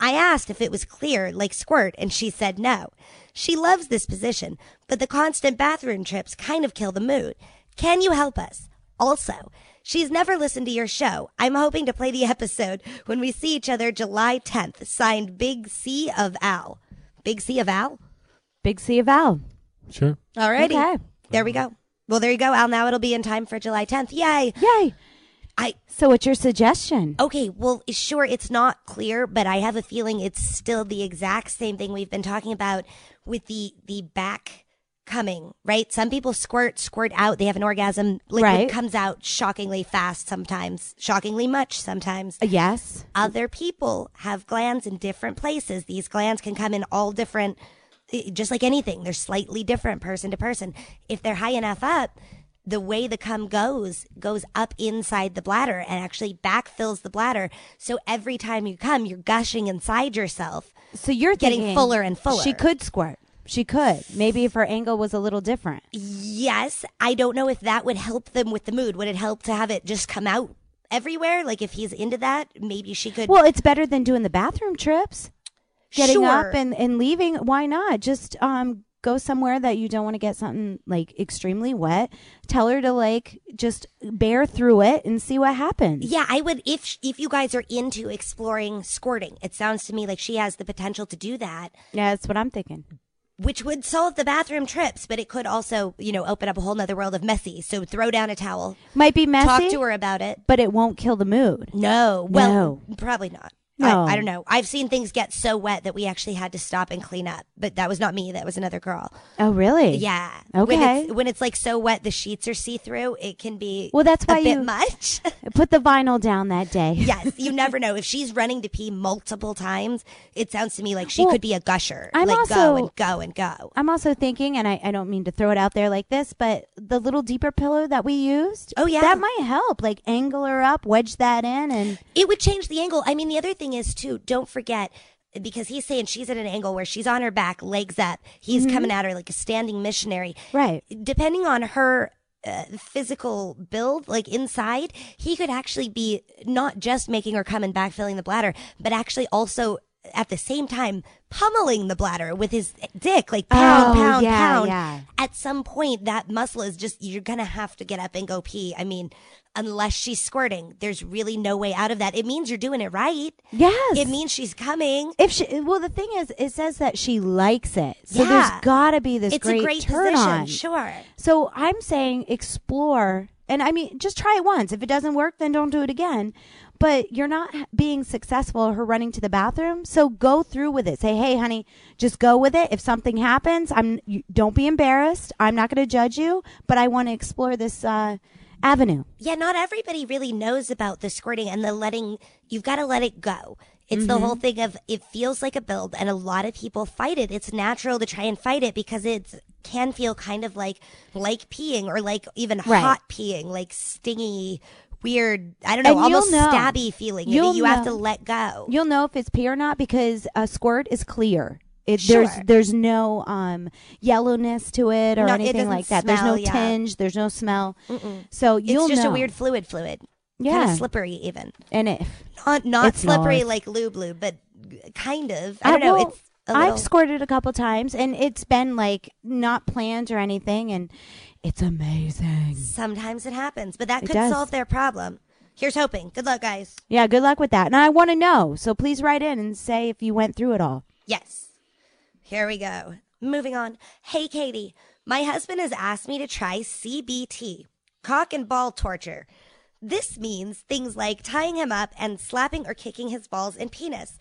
D: I asked if it was clear, like squirt, and she said no. She loves this position, but the constant bathroom trips kind of kill the mood. Can you help us? Also, she's never listened to your show. I'm hoping to play the episode when we see each other July 10th, signed Big C of Al. Big C of Al?
E: Big C of Al.
B: Sure.
D: Alrighty.
E: Okay.
D: There we go. Well, there you go, Al. Now it'll be in time for July 10th. Yay.
E: Yay.
D: I
E: So what's your suggestion?
D: Okay, well, sure, it's not clear, but I have a feeling it's still the exact same thing we've been talking about with the the back coming, right? Some people squirt, squirt out, they have an orgasm, liquid
E: Right.
D: comes out shockingly fast sometimes, shockingly much sometimes.
E: A yes.
D: Other people have glands in different places. These glands can come in all different eh, just like anything, they're slightly different person to person. If they're high enough up, the way the cum goes goes up inside the bladder and actually backfills the bladder. So every time you come, you're gushing inside yourself.
E: So you're
D: Getting
E: thinking
D: fuller and fuller.
E: She could squirt. She could. Maybe if her angle was a little different.
D: Yes, I don't know if that would help them with the mood. Would it help to have it just come out everywhere? Like if he's into that, maybe she could.
E: Well, it's better than doing the bathroom trips. Getting
D: Sure.
E: up and, and leaving. Why not? Just um go somewhere that you don't want to get something like extremely wet. Tell her to like just bear through it and see what happens.
D: Yeah, I would if if you guys are into exploring squirting. It sounds to me like she has the potential to do that.
E: Yeah, that's what I'm thinking.
D: which would solve the bathroom trips, but it could also, you know, open up a whole nother world of messy. So throw down a towel,
E: Might be messy,
D: talk to her about it.
E: but it won't kill the mood.
D: No, well,
E: No.
D: probably not.
E: No.
D: I, I don't know. I've seen things get so wet that we actually had to stop and clean up, but that was not me. That was another girl.
E: Oh, really?
D: Yeah. When
E: Okay.
D: it's, when it's like so wet, the sheets are see through. It can be
E: Well, that's why
D: a bit
E: you-
D: much.
E: Put the vinyl down that day.
D: yes, you never know. If she's running to pee multiple times, it sounds to me like she
E: Well,
D: could be a gusher.
E: I'm
D: like go
E: also-
D: and go and go.
E: I'm also thinking, and I, I don't mean to throw it out there like this, but the little deeper pillow that we used.
D: Oh, yeah.
E: That might help. Like angle her up, wedge that in, and
D: It would change the angle. I mean, the other thing is too. Don't forget because he's saying she's at an angle where she's on her back, legs up. He's
E: Mm-hmm.
D: coming at her like a standing missionary.
E: right.
D: Depending on her uh, physical build, like inside, he could actually be not just making her come and backfilling the bladder, but actually also at the same time pummeling the bladder with his dick, like pound,
E: Oh,
D: pound,
E: yeah,
D: pound
E: yeah.
D: at some point that muscle is just you're gonna have to get up and go pee i mean unless she's squirting there's really no way out of that it means you're doing it right
E: Yes.
D: it means she's coming
E: if she, well, the thing is, it says that she likes it, so
D: Yeah.
E: there's gotta be this
D: it's
E: great,
D: a great
E: turn
D: position
E: on.
D: sure
E: So I'm saying explore. And I mean, just try it once. If it doesn't work, then don't do it again. But you're not h- being successful, her running to the bathroom. So go through with it. Say, hey, honey, just go with it. If something happens, I'm, you, don't be embarrassed. I'm not going to judge you, but I want to explore this uh, avenue.
D: yeah not everybody really knows about the squirting and the letting you've got to let it go it's the
E: Mm-hmm.
D: whole thing of it feels like a build and a lot of people fight it it's natural to try and fight it because it's can feel kind of like like peeing or like even
E: Right.
D: hot peeing like stingy weird i don't know
E: And you'll
D: almost
E: know.
D: stabby feeling
E: You'll
D: you have to
E: know.
D: let go
E: You'll know if it's pee or not because a squirt is clear. It,
D: Sure.
E: There's there's no um, yellowness to it or
D: No, it
E: anything
D: doesn't
E: like that. there's no
D: smell, yeah.
E: tinge. There's no smell. So you'll
D: it's just
E: know.
D: a weird fluid fluid
E: yeah.
D: kind of slippery even
E: and it,
D: not not
E: It's
D: slippery
E: not.
D: like lube lube but g- kind of i don't know
E: well,
D: it's a little,
E: I've squirted a couple times, and it's been like not planned or anything, and it's amazing.
D: sometimes it happens but that
E: It
D: could
E: does.
D: solve their problem Here's hoping. Good luck, guys.
E: Yeah, good luck with that. And I want to know. So please write in and say if you went through it all.
D: Yes. Here we go. Moving on. Hey, Katie. My husband has asked me to try CBT, cock and ball torture. This means things like tying him up and slapping or kicking his balls and penis.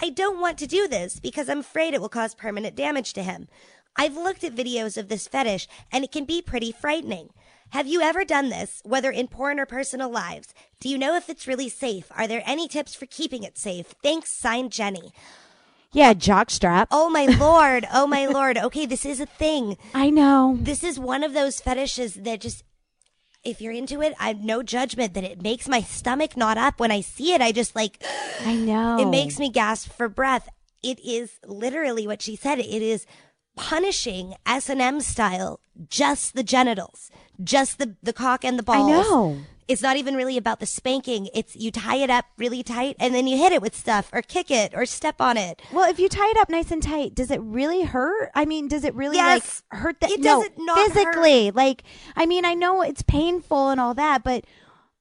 D: I don't want to do this because I'm afraid it will cause permanent damage to him. I've looked at videos of this fetish and it can be pretty frightening. Have you ever done this, whether in porn or personal lives? Do you know if it's really safe? Are there any tips for keeping it safe? Thanks, signed Jenny.
E: Yeah, jockstrap.
D: Oh my lord. Oh my lord. Okay, this is a thing.
E: I know.
D: This is one of those fetishes that just if you're into it, I've no judgment that it makes my stomach knot up when I see it. I just like
E: I know.
D: it makes me gasp for breath. It is literally what she said. It is punishing S and M style, just the genitals, just the the cock and the
E: I
D: balls.
E: know.
D: It's not even really about the spanking. It's you tie it up really tight and then you hit it with stuff or kick it or step on it.
E: Well, if you tie it up nice and tight, does it really hurt? I mean, does it really
D: Yes.
E: like hurt that?
D: It
E: no,
D: doesn't not
E: physically. Like, I mean, I know it's painful and all that, but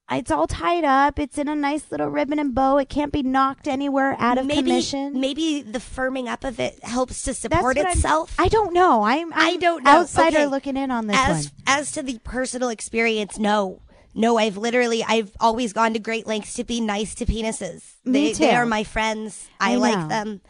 E: it's all tied up. It's in a nice little ribbon and bow. It can't be knocked anywhere out of
D: maybe
E: commission.
D: maybe the firming up of it helps to
E: That's
D: support
E: what I'm-
D: itself.
E: I don't know. I'm, I'm
D: I don't know.
E: outsider
D: Okay.
E: looking in on this
D: as
E: one.
D: as to the personal experience, no. No, I've literally I've always gone to great lengths to be nice to penises.
E: Me
D: they they
E: too.
D: are my friends. I,
E: I know.
D: like them.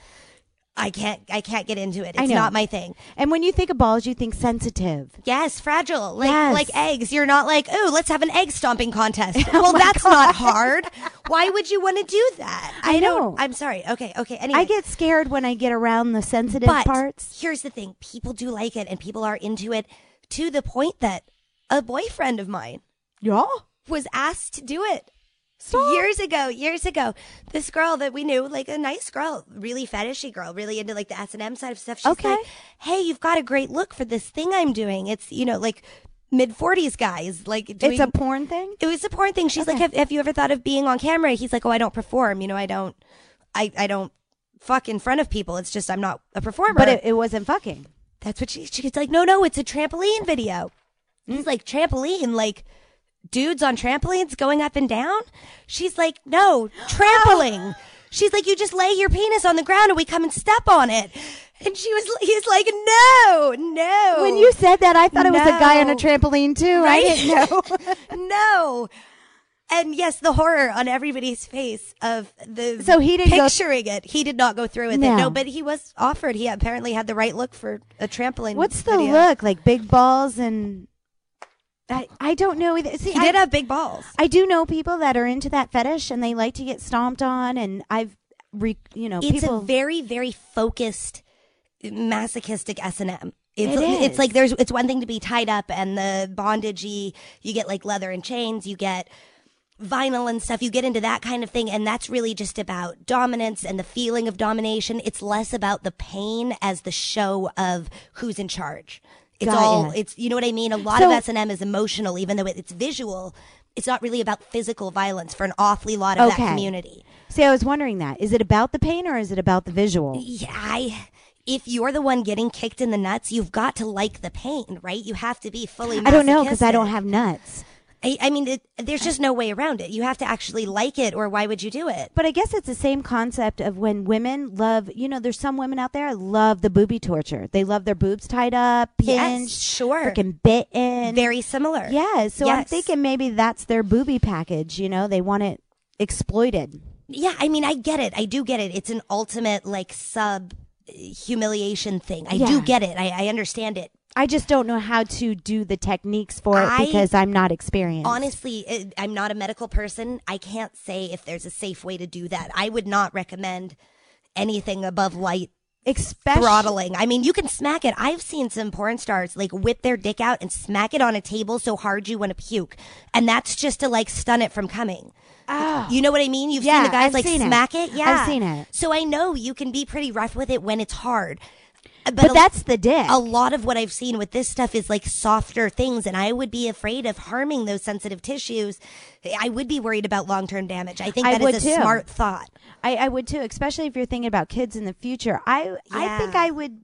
D: I can't I can't get into it.
E: I
D: It's
E: know.
D: not my thing.
E: And when you think of balls, you think sensitive.
D: Yes, fragile. Like
E: Yes.
D: like eggs. You're not like, "Oh, let's have an egg stomping contest."
E: Oh
D: well, that's not hard. Why would you want to do that?
E: I know.
D: don't I'm sorry. Okay, okay. Anyway.
E: I get scared when I get around the sensitive
D: but
E: parts.
D: here's the thing people do like it and people are into it to the point that a boyfriend of mine
E: Yeah.
D: was asked to do it
E: Stop.
D: years ago years ago this girl that we knew like a nice girl really fetishy girl really into like the s&m side of stuff she's
E: Okay.
D: like hey you've got a great look for this thing i'm doing it's you know like mid 40s guys like doing
E: It's a porn thing.
D: it was the porn thing. She's like, have, have you ever thought of being on camera? He's like, oh, I don't perform. You know, I don't, I, I don't fuck in front of people. It's just, I'm not a performer.
E: But it, it wasn't fucking.
D: That's what she, she's like, no, no, it's a trampoline video. He's like, trampoline, like dudes on trampolines going up and down? She's like, no, trampling. She's like, you just lay your penis on the ground and we come and step on it. And she was, he's like, no, no.
E: When you said that, I thought it was a guy on a
D: No.
E: trampoline too. I didn't know.
D: no. And yes, the horror on everybody's face of the
E: So he didn't go-
D: picturing it. He did not go through with
E: No.
D: it. No, but he was offered. He apparently had the right look for a trampoline.
E: What's the
D: video.
E: look like? Big balls and I, I don't know either. See,
D: He
E: I,
D: did have big balls.
E: I do know people that are into that fetish and they like to get stomped on, and I've, re, you know,
D: It's
E: people.
D: a very, very focused, masochistic S and M. It's,
E: It is.
D: it's like there's it's one thing to be tied up and the bondagey. You get like leather and chains. You get vinyl and stuff. You get into that kind of thing, and that's really just about dominance and the feeling of domination. It's less about the pain as the show of who's in charge. It's
E: Got
D: all
E: it.
D: it's you know what I mean. A lot
E: So-
D: of S and M is emotional, even though it, it's visual. It's not really about physical violence for an awfully lot of
E: Okay.
D: that community.
E: See, I was wondering that. Is it about the pain or is it about the visual?
D: Yeah, I. If you're the one getting kicked in the nuts, you've got to like the pain, right? You have to be fully.
E: I don't know because I
D: masochistic.
E: don't have nuts.
D: I, I mean, it, there's just no way around it. You have to actually like it, or why would you do it?
E: But I guess it's the same concept of when women love, you know, there's some women out there love the booby torture. They love their boobs tied up,
D: Yes,
E: pinched,
D: sure.
E: freaking bitten.
D: Very similar.
E: Yeah, so I'm
D: Yes.
E: thinking maybe that's their booby package. You know, they want it exploited.
D: Yeah, I mean, I get it. I do get it. It's an ultimate like sub uh, humiliation thing. I
E: Yeah.
D: do get it. I, I understand it.
E: I just don't know how to do the techniques for it
D: I-
E: because I'm not experienced.
D: Honestly, it, I'm not a medical person. I can't say if there's a safe way to do that. I would not recommend anything above light
E: especially
D: throttling. I mean, you can smack it. I've seen some porn stars like whip their dick out and smack it on a table so hard you want to puke, and that's just to like stun it from coming. You know what I mean? You've
E: Oh.
D: seen
E: Yeah,
D: the guys
E: I've
D: like
E: seen it.
D: smack it.
E: I've
D: Yeah,
E: seen it.
D: So I know you can be pretty rough with it when it's hard. But,
E: but
D: a-
E: that's the dick.
D: a lot of what I've seen with this stuff is like softer things, and I would be afraid of harming those sensitive tissues. I would be worried about long term damage. I think
E: I
D: that is
E: would
D: a
E: too.
D: smart thought.
E: I, I would too, especially if you're thinking about kids in the future. I I think
D: Yeah.
E: I would.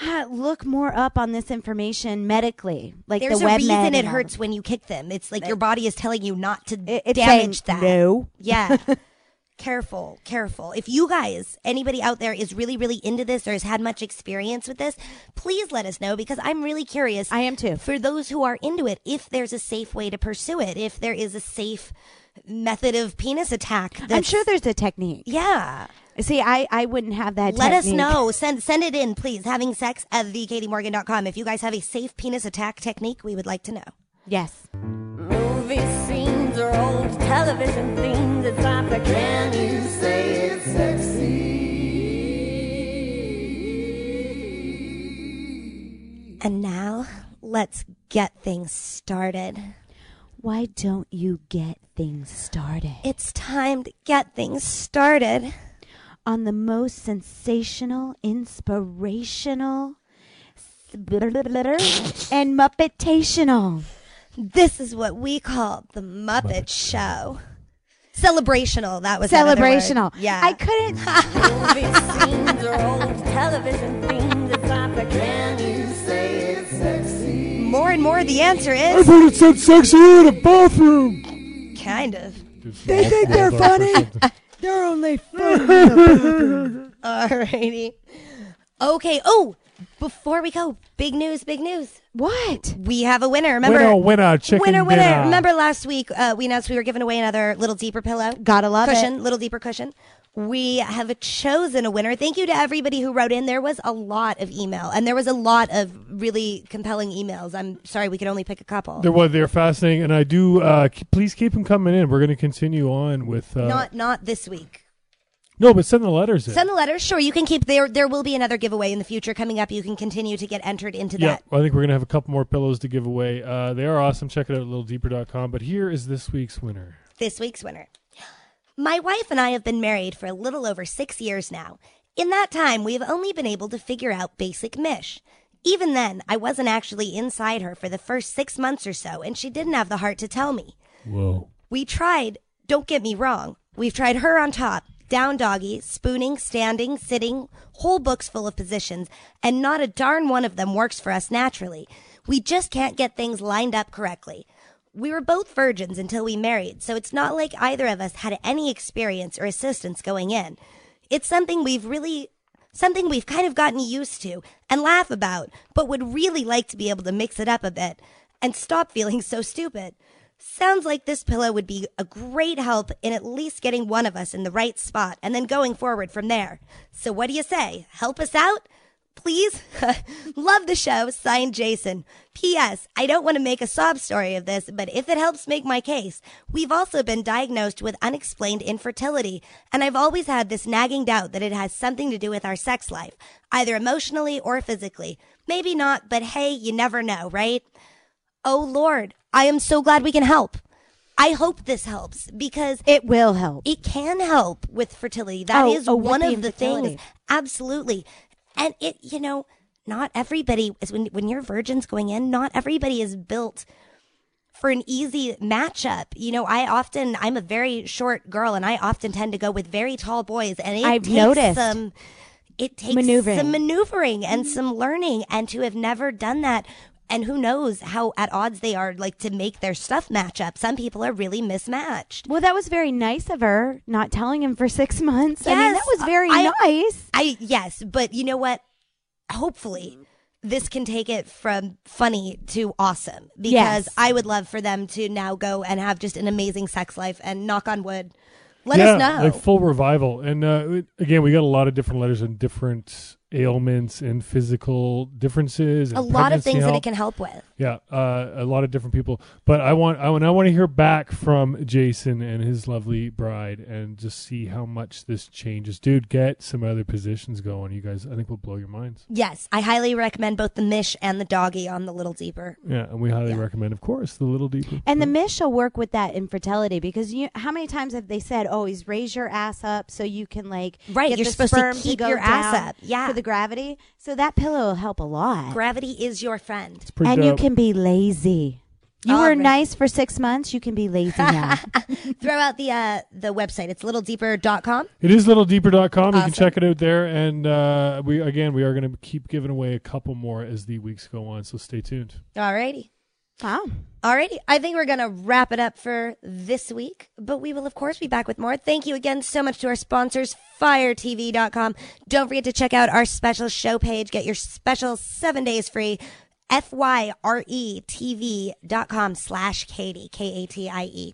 E: "Ah, look more up on this information medically. Like
D: There's
E: the
D: a
E: web
D: reason
E: med
D: it
E: and all
D: hurts
E: that.
D: when you kick them. It's like your body is telling you not to
E: It- it's
D: damage
E: saying,
D: that.
E: No.
D: Yeah. careful, careful. If you guys, anybody out there is really, really into this or has had much experience with this, please let us know because I'm really curious.
E: I am too.
D: For those who are into it, if there's a safe way to pursue it, if there is a safe method of penis attack.
E: I'm
D: that's-
E: sure there's a technique.
D: Yeah.
E: See, I, I wouldn't have that.
D: Let us
E: technique.
D: know. Send send it in, please. Having sex at thekatiemorgan.com. If you guys have a safe penis attack technique, we would like to know.
E: Yes.
F: Movie scenes or old television themes. It's like the can you say it's
D: And now, let's get things started.
E: Why don't you get things started
D: It's time to get things started.
E: on the most sensational, inspirational, s- and muppetational?
D: This is what we call the Muppet, Show. Celebrational, that was another word.
E: Celebrational.
D: Yeah.
E: I couldn't.
F: movie scenes or old television themes. It's like the can you say it's sexy?
D: more and more the answer
B: I
D: is
B: thought it said sexy in a bathroom.
D: kind of.
B: They think they're funny.
E: They're only
D: Alrighty. Okay. Oh, before we go, big news, big news.
E: what?
D: We have a winner. Remember?
B: Winner, winner, chicken
D: winner, winner.
B: dinner.
D: Remember last week uh, we announced we were giving away another little deeper pillow.
E: Gotta love
D: cushion,
E: it.
D: little deeper cushion. We have chosen a winner. Thank you to everybody who wrote in. There was a lot of email, and there was a lot of really compelling emails. I'm sorry we could only pick a couple.
B: They're what they're fascinating, and I do. Uh, k- please keep them coming in. We're going to continue on with uh,
D: not not this week.
B: no, but send the letters in.
D: Send the letter. Sure, you can keep there. There will be another giveaway in the future coming up. You can continue to get entered into
B: yeah,
D: that.
B: I think we're going to have a couple more pillows to give away. Uh, they are awesome. Check it out at littledeeper.com. But here is this week's winner.
D: this week's winner. My wife and I have been married for a little over six years now. In that time, we have only been able to figure out basic mish. Even then, I wasn't actually inside her for the first six months or so, and she didn't have the heart to tell me.
B: Whoa.
D: We tried, don't get me wrong, we've tried her on top, down doggy, spooning, standing, sitting, whole books full of positions, and not a darn one of them works for us naturally. We just can't get things lined up correctly. We were both virgins until we married, so it's not like either of us had any experience or assistance going in. It's something we've really something we've kind of gotten used to and laugh about, but would really like to be able to mix it up a bit and stop feeling so stupid. Sounds like this pillow would be a great help in at least getting one of us in the right spot and then going forward from there. So, what do you say? Help us out? Please? Love the show. Signed Jason. P.S. I don't want to make a sob story of this, but if it helps make my case, we've also been diagnosed with unexplained infertility, and I've always had this nagging doubt that it has something to do with our sex life, either emotionally or physically. Maybe not, but hey, you never know, right? Oh Lord, I am so glad we can help. I hope this helps because
E: It will help.
D: it can help with fertility. That
E: Oh,
D: is
E: oh, with
D: one
E: the
D: of the things.
E: infertility.
D: Absolutely. And it, you know, not everybody is when when you're virgins going in, not everybody is built for an easy matchup. You know, I often I'm a very short girl and I often tend to go with very tall boys and it
E: I've
D: takes
E: noticed.
D: some it takes
E: Maneuvering.
D: some maneuvering and some learning and to have never done that and who knows how at odds they are like to make their stuff match up. Some people are really mismatched.
E: Well, that was very nice of her, not telling him for six months. I mean,
D: Yes,
E: that was very
D: I-
E: nice.
D: I yes, but you know what? Hopefully, this can take it from funny to awesome because
E: Yes.
D: I would love for them to now go and have just an amazing sex life and knock on wood. Let
B: yeah,
D: us know.
B: like full revival. And uh, it- again, we got a lot of different letters and different ailments and physical differences. And
D: a lot of
B: pregnancy
D: things that
B: help.
D: it can help with.
B: Yeah, uh, a lot of different people. But I want I want I want to hear back from Jason and his lovely bride and just see how much this changes. Dude, get some other positions going. You guys, I think will blow your minds.
D: Yes, I highly recommend both the mish and the doggy on the little deeper.
B: Yeah, and we highly recommend, of course, the little deeper.
E: And the mish will work with that infertility because you. How many times have they said, "Always raise your ass up so you can like
D: Right,
E: get
D: you're
E: the
D: supposed to
E: sperm
D: keep
E: go
D: your ass
E: down
D: up. Yeah.
E: for the gravity." So that pillow will help a lot,
D: Gravity is your friend.
B: Pretty
E: and you
B: dope.
E: can be lazy. You
D: All
E: were
D: Oh, right.
E: nice for six months. You can be lazy now.
D: Throw out the uh, the website. It's littledeeper.com.
B: It is littledeeper.com. You can
D: Awesome.
B: check it out there. And uh, we again, we are going to keep giving away a couple more as the weeks go on. So stay tuned.
D: Alrighty.
E: wow.
D: Alrighty. I think we're gonna wrap it up for this week, but we will of course be back with more. Thank you again so much to our sponsors, firetv.com. Don't forget to check out our special show page. Get your special seven days free. F Y R E T V dot com slash Katie, K A T I E.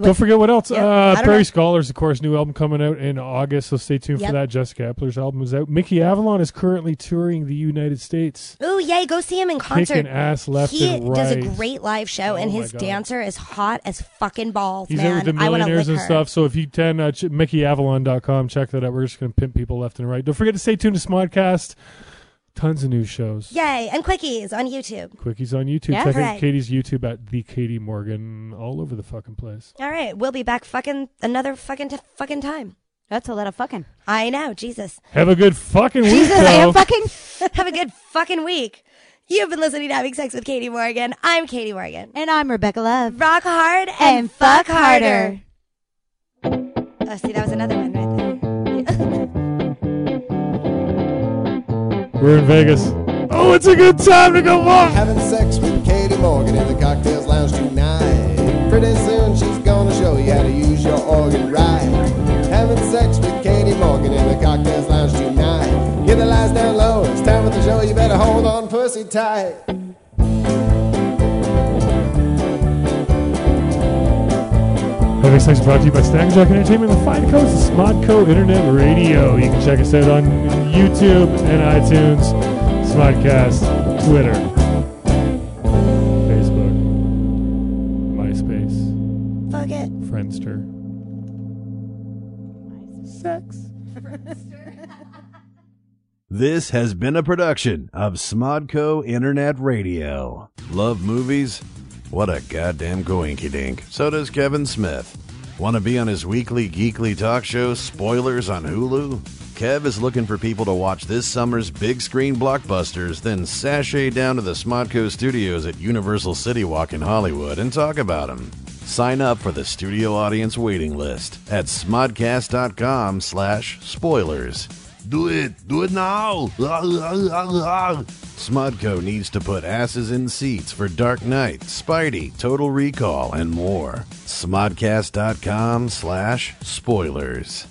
B: Don't forget what else.
D: Yeah, I
B: uh,
D: don't
B: Prairie
D: know.
B: Scholars, of course, new album coming out in August. So stay tuned
D: Yep.
B: for that. Jessica Epler's album is out. Mickey Avalon is currently touring the United States.
D: Ooh, yay, go see him in concert.
B: Kicking ass left
D: he
B: and
D: does a
B: right.
D: great live show, and
B: Oh my
D: his
B: God.
D: dancer is hot as fucking balls,
B: He's out
D: man.
B: with the
D: I want to lick
B: millionaires and
D: her.
B: stuff. So if you can, uh, ch- MickeyAvalon.com, check that out. We're just going to pimp people left and right. Don't forget to stay tuned to Smodcast. Tons of new shows.
D: Yay, and quickies on YouTube.
B: Quickies on YouTube.
E: Yeah.
B: Check out
D: Right.
B: Katie's YouTube at the Katie Morgan all over the fucking place.
D: All right, we'll be back fucking another fucking t- fucking time.
E: That's a lot of fucking.
D: I know, Jesus.
B: Have a good fucking week,
E: Jesus, I am
B: though.
E: fucking.
D: Have a good fucking week. You've been listening to Having Sex with Katie Morgan. I'm Katie Morgan.
E: And I'm Rebecca Love.
D: Rock hard and,
E: And fuck harder.
D: Oh, see, that was another one right there.
B: We're in Vegas. Oh, it's a good time to go off.
C: Having sex with Katie Morgan in the cocktails lounge tonight. Pretty soon she's gonna show you how to use your organ right. Having sex with Katie Morgan in the cocktails lounge tonight. Get the lights down low, it's time for the show. You better hold on, pussy tight.
B: Having Sex is brought to you by Snack Jack Entertainment and the Fine Coast and Smodco Internet Radio. You can check us out on YouTube and iTunes, Smodcast, Twitter, Facebook, MySpace,
D: Fuck it.
B: Friendster. Sex.
G: This has been a production of Smodco Internet Radio. Love movies? What a goddamn goinky dink. So does Kevin Smith. Want to be on his weekly geekly talk show, Spoilers on Hulu? Kev is looking for people to watch this summer's big screen blockbusters, then sashay down to the Smodco studios at Universal City Walk in Hollywood and talk about them. Sign up for the studio audience waiting list at smodcast.com slash spoilers. Do it. Do it now. Smudco needs to put asses in seats for Dark Knight, Spidey, Total Recall, and more. Smodcast.com slash spoilers.